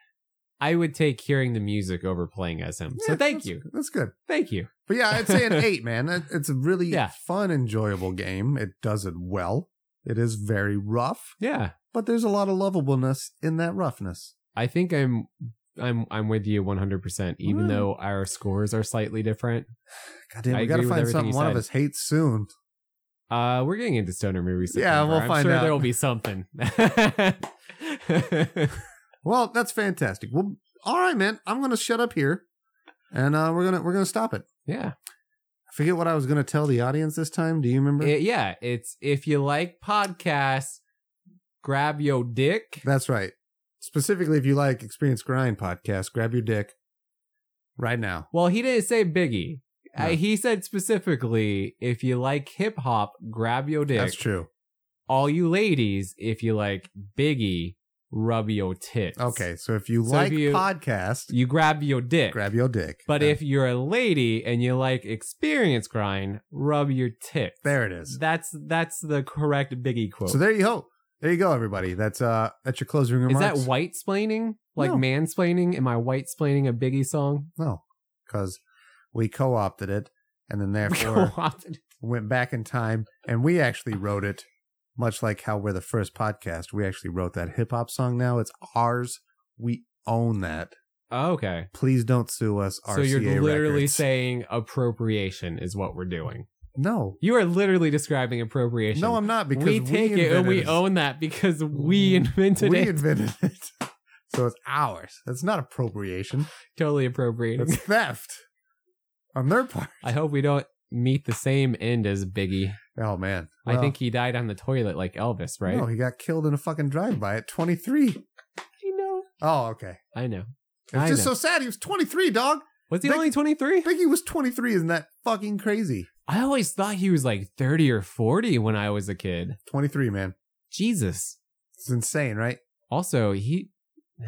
Speaker 3: I would take hearing the music over playing as him. So
Speaker 2: Yeah,
Speaker 3: thank
Speaker 2: that's-
Speaker 3: you.
Speaker 2: That's good.
Speaker 3: Thank you.
Speaker 2: But yeah, I'd say an eight, man. It- It's a really
Speaker 3: Yeah.
Speaker 2: fun, enjoyable game. It does it well. It is very rough,
Speaker 3: Yeah.
Speaker 2: but there's a lot of lovableness in that roughness.
Speaker 3: I think I'm I'm I'm with you 100%. Even
Speaker 2: Mm.
Speaker 3: though our scores are slightly different,
Speaker 2: Goddamn,
Speaker 3: I
Speaker 2: we
Speaker 3: agree
Speaker 2: gotta
Speaker 3: with
Speaker 2: find
Speaker 3: everything
Speaker 2: something
Speaker 3: you
Speaker 2: one of
Speaker 3: said.
Speaker 2: us hates soon.
Speaker 3: uh, we're getting into stoner movies.
Speaker 2: Yeah,
Speaker 3: September.
Speaker 2: we'll
Speaker 3: I'm
Speaker 2: find
Speaker 3: sure
Speaker 2: out.
Speaker 3: There will be something. [laughs]
Speaker 2: Well, that's fantastic. Well, all right, man. I'm gonna shut up here, and uh, we're gonna we're gonna stop it.
Speaker 3: yeah.
Speaker 2: I forget what I was gonna tell the audience this time. Do you remember?
Speaker 3: It- yeah, it's if you like podcasts, grab your dick.
Speaker 2: That's right. Specifically, if you like Experience Grind podcast, grab your dick right now.
Speaker 3: Well, he didn't say Biggie. Uh,
Speaker 2: No.
Speaker 3: he said specifically, if you like hip hop, grab your dick.
Speaker 2: That's true.
Speaker 3: All you ladies, if you like Biggie, rub your tits.
Speaker 2: Okay, so if you
Speaker 3: So if
Speaker 2: like
Speaker 3: you-
Speaker 2: podcast,
Speaker 3: You grab your dick.
Speaker 2: grab your dick.
Speaker 3: but
Speaker 2: Uh,
Speaker 3: if you're a lady and you like experience grind, rub your tits.
Speaker 2: there it is.
Speaker 3: That's that's the correct Biggie quote.
Speaker 2: So there you go. There you go, everybody. That's uh that's your closing
Speaker 3: is
Speaker 2: remarks.
Speaker 3: that white splaining? Like
Speaker 2: No.
Speaker 3: mansplaining? Am I white splaining a Biggie song?
Speaker 2: No, because we co-opted it, and
Speaker 3: [laughs]
Speaker 2: then [laughs] therefore
Speaker 3: Co-opted.
Speaker 2: went back in time, and we actually wrote it. Much like how we're the first podcast, we actually wrote that hip hop song. Now it's ours. We own that.
Speaker 3: Oh, okay.
Speaker 2: Please don't sue us. RCA
Speaker 3: so you're literally
Speaker 2: Records.
Speaker 3: saying appropriation is what we're doing.
Speaker 2: no,
Speaker 3: You are literally describing appropriation.
Speaker 2: no, I'm not because
Speaker 3: we take it and
Speaker 2: invented
Speaker 3: we own that because we invented
Speaker 2: we
Speaker 3: it.
Speaker 2: invented it. So it's ours. That's not appropriation.
Speaker 3: totally appropriating. [laughs]
Speaker 2: That's theft on their part.
Speaker 3: I hope we don't meet the same end as Biggie.
Speaker 2: Oh man,
Speaker 3: I
Speaker 2: Well,
Speaker 3: think he died on the toilet like Elvis, right?
Speaker 2: No, he got killed in a fucking drive-by at 23.
Speaker 3: I know.
Speaker 2: Oh, okay.
Speaker 3: I know.
Speaker 2: It's
Speaker 3: I
Speaker 2: just
Speaker 3: know.
Speaker 2: so sad. He was 23, dog.
Speaker 3: Was he
Speaker 2: Big-
Speaker 3: only 23?
Speaker 2: Biggie was 23. Isn't that fucking crazy?
Speaker 3: I always thought he was like 30 or 40 when I was a kid.
Speaker 2: 23, man.
Speaker 3: Jesus.
Speaker 2: It's insane, right?
Speaker 3: Also, he.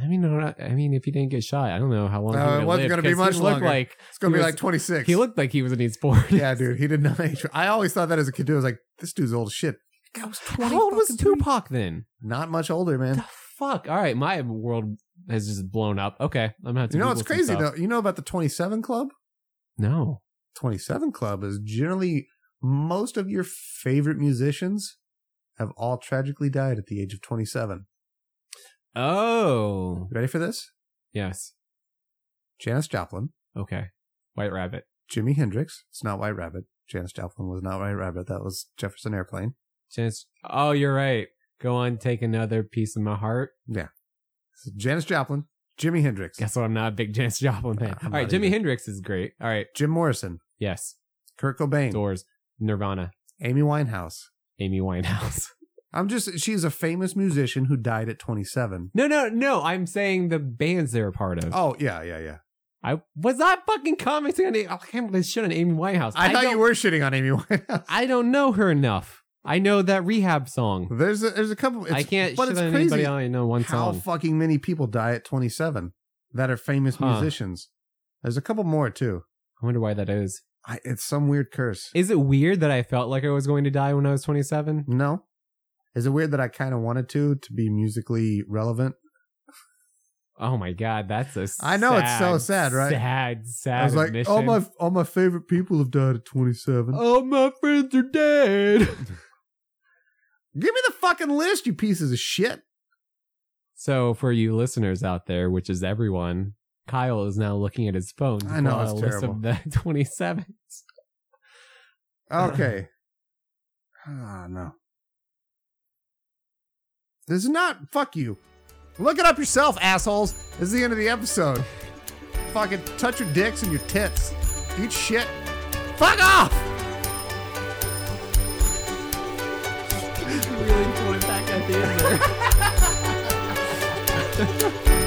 Speaker 3: I mean, I don't- I mean, if he didn't get shot, I don't know how long.
Speaker 2: No,
Speaker 3: he
Speaker 2: it
Speaker 3: would've
Speaker 2: wasn't
Speaker 3: lived,
Speaker 2: gonna be
Speaker 3: 'cause he
Speaker 2: much
Speaker 3: looked
Speaker 2: longer.
Speaker 3: Like
Speaker 2: It's gonna
Speaker 3: He
Speaker 2: be
Speaker 3: was-
Speaker 2: like 26.
Speaker 3: he looked like he was an age
Speaker 2: [laughs]
Speaker 3: sport.
Speaker 2: yeah, dude. He did not age. I always thought that as a kid. Too. I was like, this dude's old as shit. That was 20.
Speaker 3: How old was
Speaker 2: fucking
Speaker 3: Tupac then?
Speaker 2: Not much older,
Speaker 3: The
Speaker 2: man.
Speaker 3: fuck. All right, my world has just blown up. Okay, I'm gonna have to.
Speaker 2: You know
Speaker 3: Google
Speaker 2: what's
Speaker 3: some
Speaker 2: crazy
Speaker 3: stuff.
Speaker 2: though? You know about the 27 Club?
Speaker 3: No.
Speaker 2: 27 Club is generally most of your favorite musicians have all tragically died at the age of 27.
Speaker 3: Oh.
Speaker 2: Ready for this?
Speaker 3: Yes.
Speaker 2: Janis Joplin,
Speaker 3: Okay. White Rabbit.
Speaker 2: Jimi Hendrix. It's not White Rabbit. Janis Joplin was not White Rabbit. That was Jefferson Airplane.
Speaker 3: Chance. Oh, you're right. Go on, take another piece of my heart.
Speaker 2: So Janis Joplin, Jimi Hendrix,
Speaker 3: Guess what? I'm not a big Janis Joplin fan.
Speaker 2: Nah, [laughs] I'm
Speaker 3: All
Speaker 2: not
Speaker 3: right, Jimi
Speaker 2: either.
Speaker 3: Hendrix is great. All right,
Speaker 2: Jim Morrison,
Speaker 3: yes.
Speaker 2: Kurt Cobain,
Speaker 3: Doors, Nirvana,
Speaker 2: Amy Winehouse.
Speaker 3: Amy Winehouse.
Speaker 2: I'm just she's a famous musician who died at 27.
Speaker 3: No, no, no. I'm saying the bands they're a part of.
Speaker 2: Oh yeah, yeah, yeah.
Speaker 3: I was I fucking commenting on. it. I can't believe shit on Amy Winehouse.
Speaker 2: I, thought
Speaker 3: don't-
Speaker 2: you were shitting on Amy [laughs] Winehouse.
Speaker 3: I don't know her enough. I know that rehab song.
Speaker 2: There's a, there's a couple. It's,
Speaker 3: I can't
Speaker 2: but
Speaker 3: shit
Speaker 2: it's
Speaker 3: on
Speaker 2: crazy
Speaker 3: anybody. I only know one
Speaker 2: how
Speaker 3: song.
Speaker 2: fucking many people die at 27 that are famous
Speaker 3: Huh.
Speaker 2: musicians. There's a couple more too.
Speaker 3: I wonder why that is.
Speaker 2: I, it's some weird curse.
Speaker 3: Is it weird that I felt like I was going to die when I was 27?
Speaker 2: no, is it weird that I kind of wanted to to be musically relevant?
Speaker 3: Oh my god, that's a
Speaker 2: I know, it's so sad, right?
Speaker 3: Sad, sad.
Speaker 2: I was like, all
Speaker 3: admission. Oh.
Speaker 2: my all my favorite people have died at 27.
Speaker 3: all my friends are [laughs] dead.
Speaker 2: Give me the fucking list, you pieces of shit.
Speaker 3: so, for you listeners out there, which is everyone, Kyle is now looking at his phone. to
Speaker 2: I know,
Speaker 3: pull out
Speaker 2: it's
Speaker 3: a list of the [laughs] 27.
Speaker 2: Okay. Ah, no. This is not. Fuck you. Look it up yourself, assholes. This is the end of the episode. Fucking touch your dicks and your tits. Eat shit. Fuck off!
Speaker 3: really pulling back at the end there.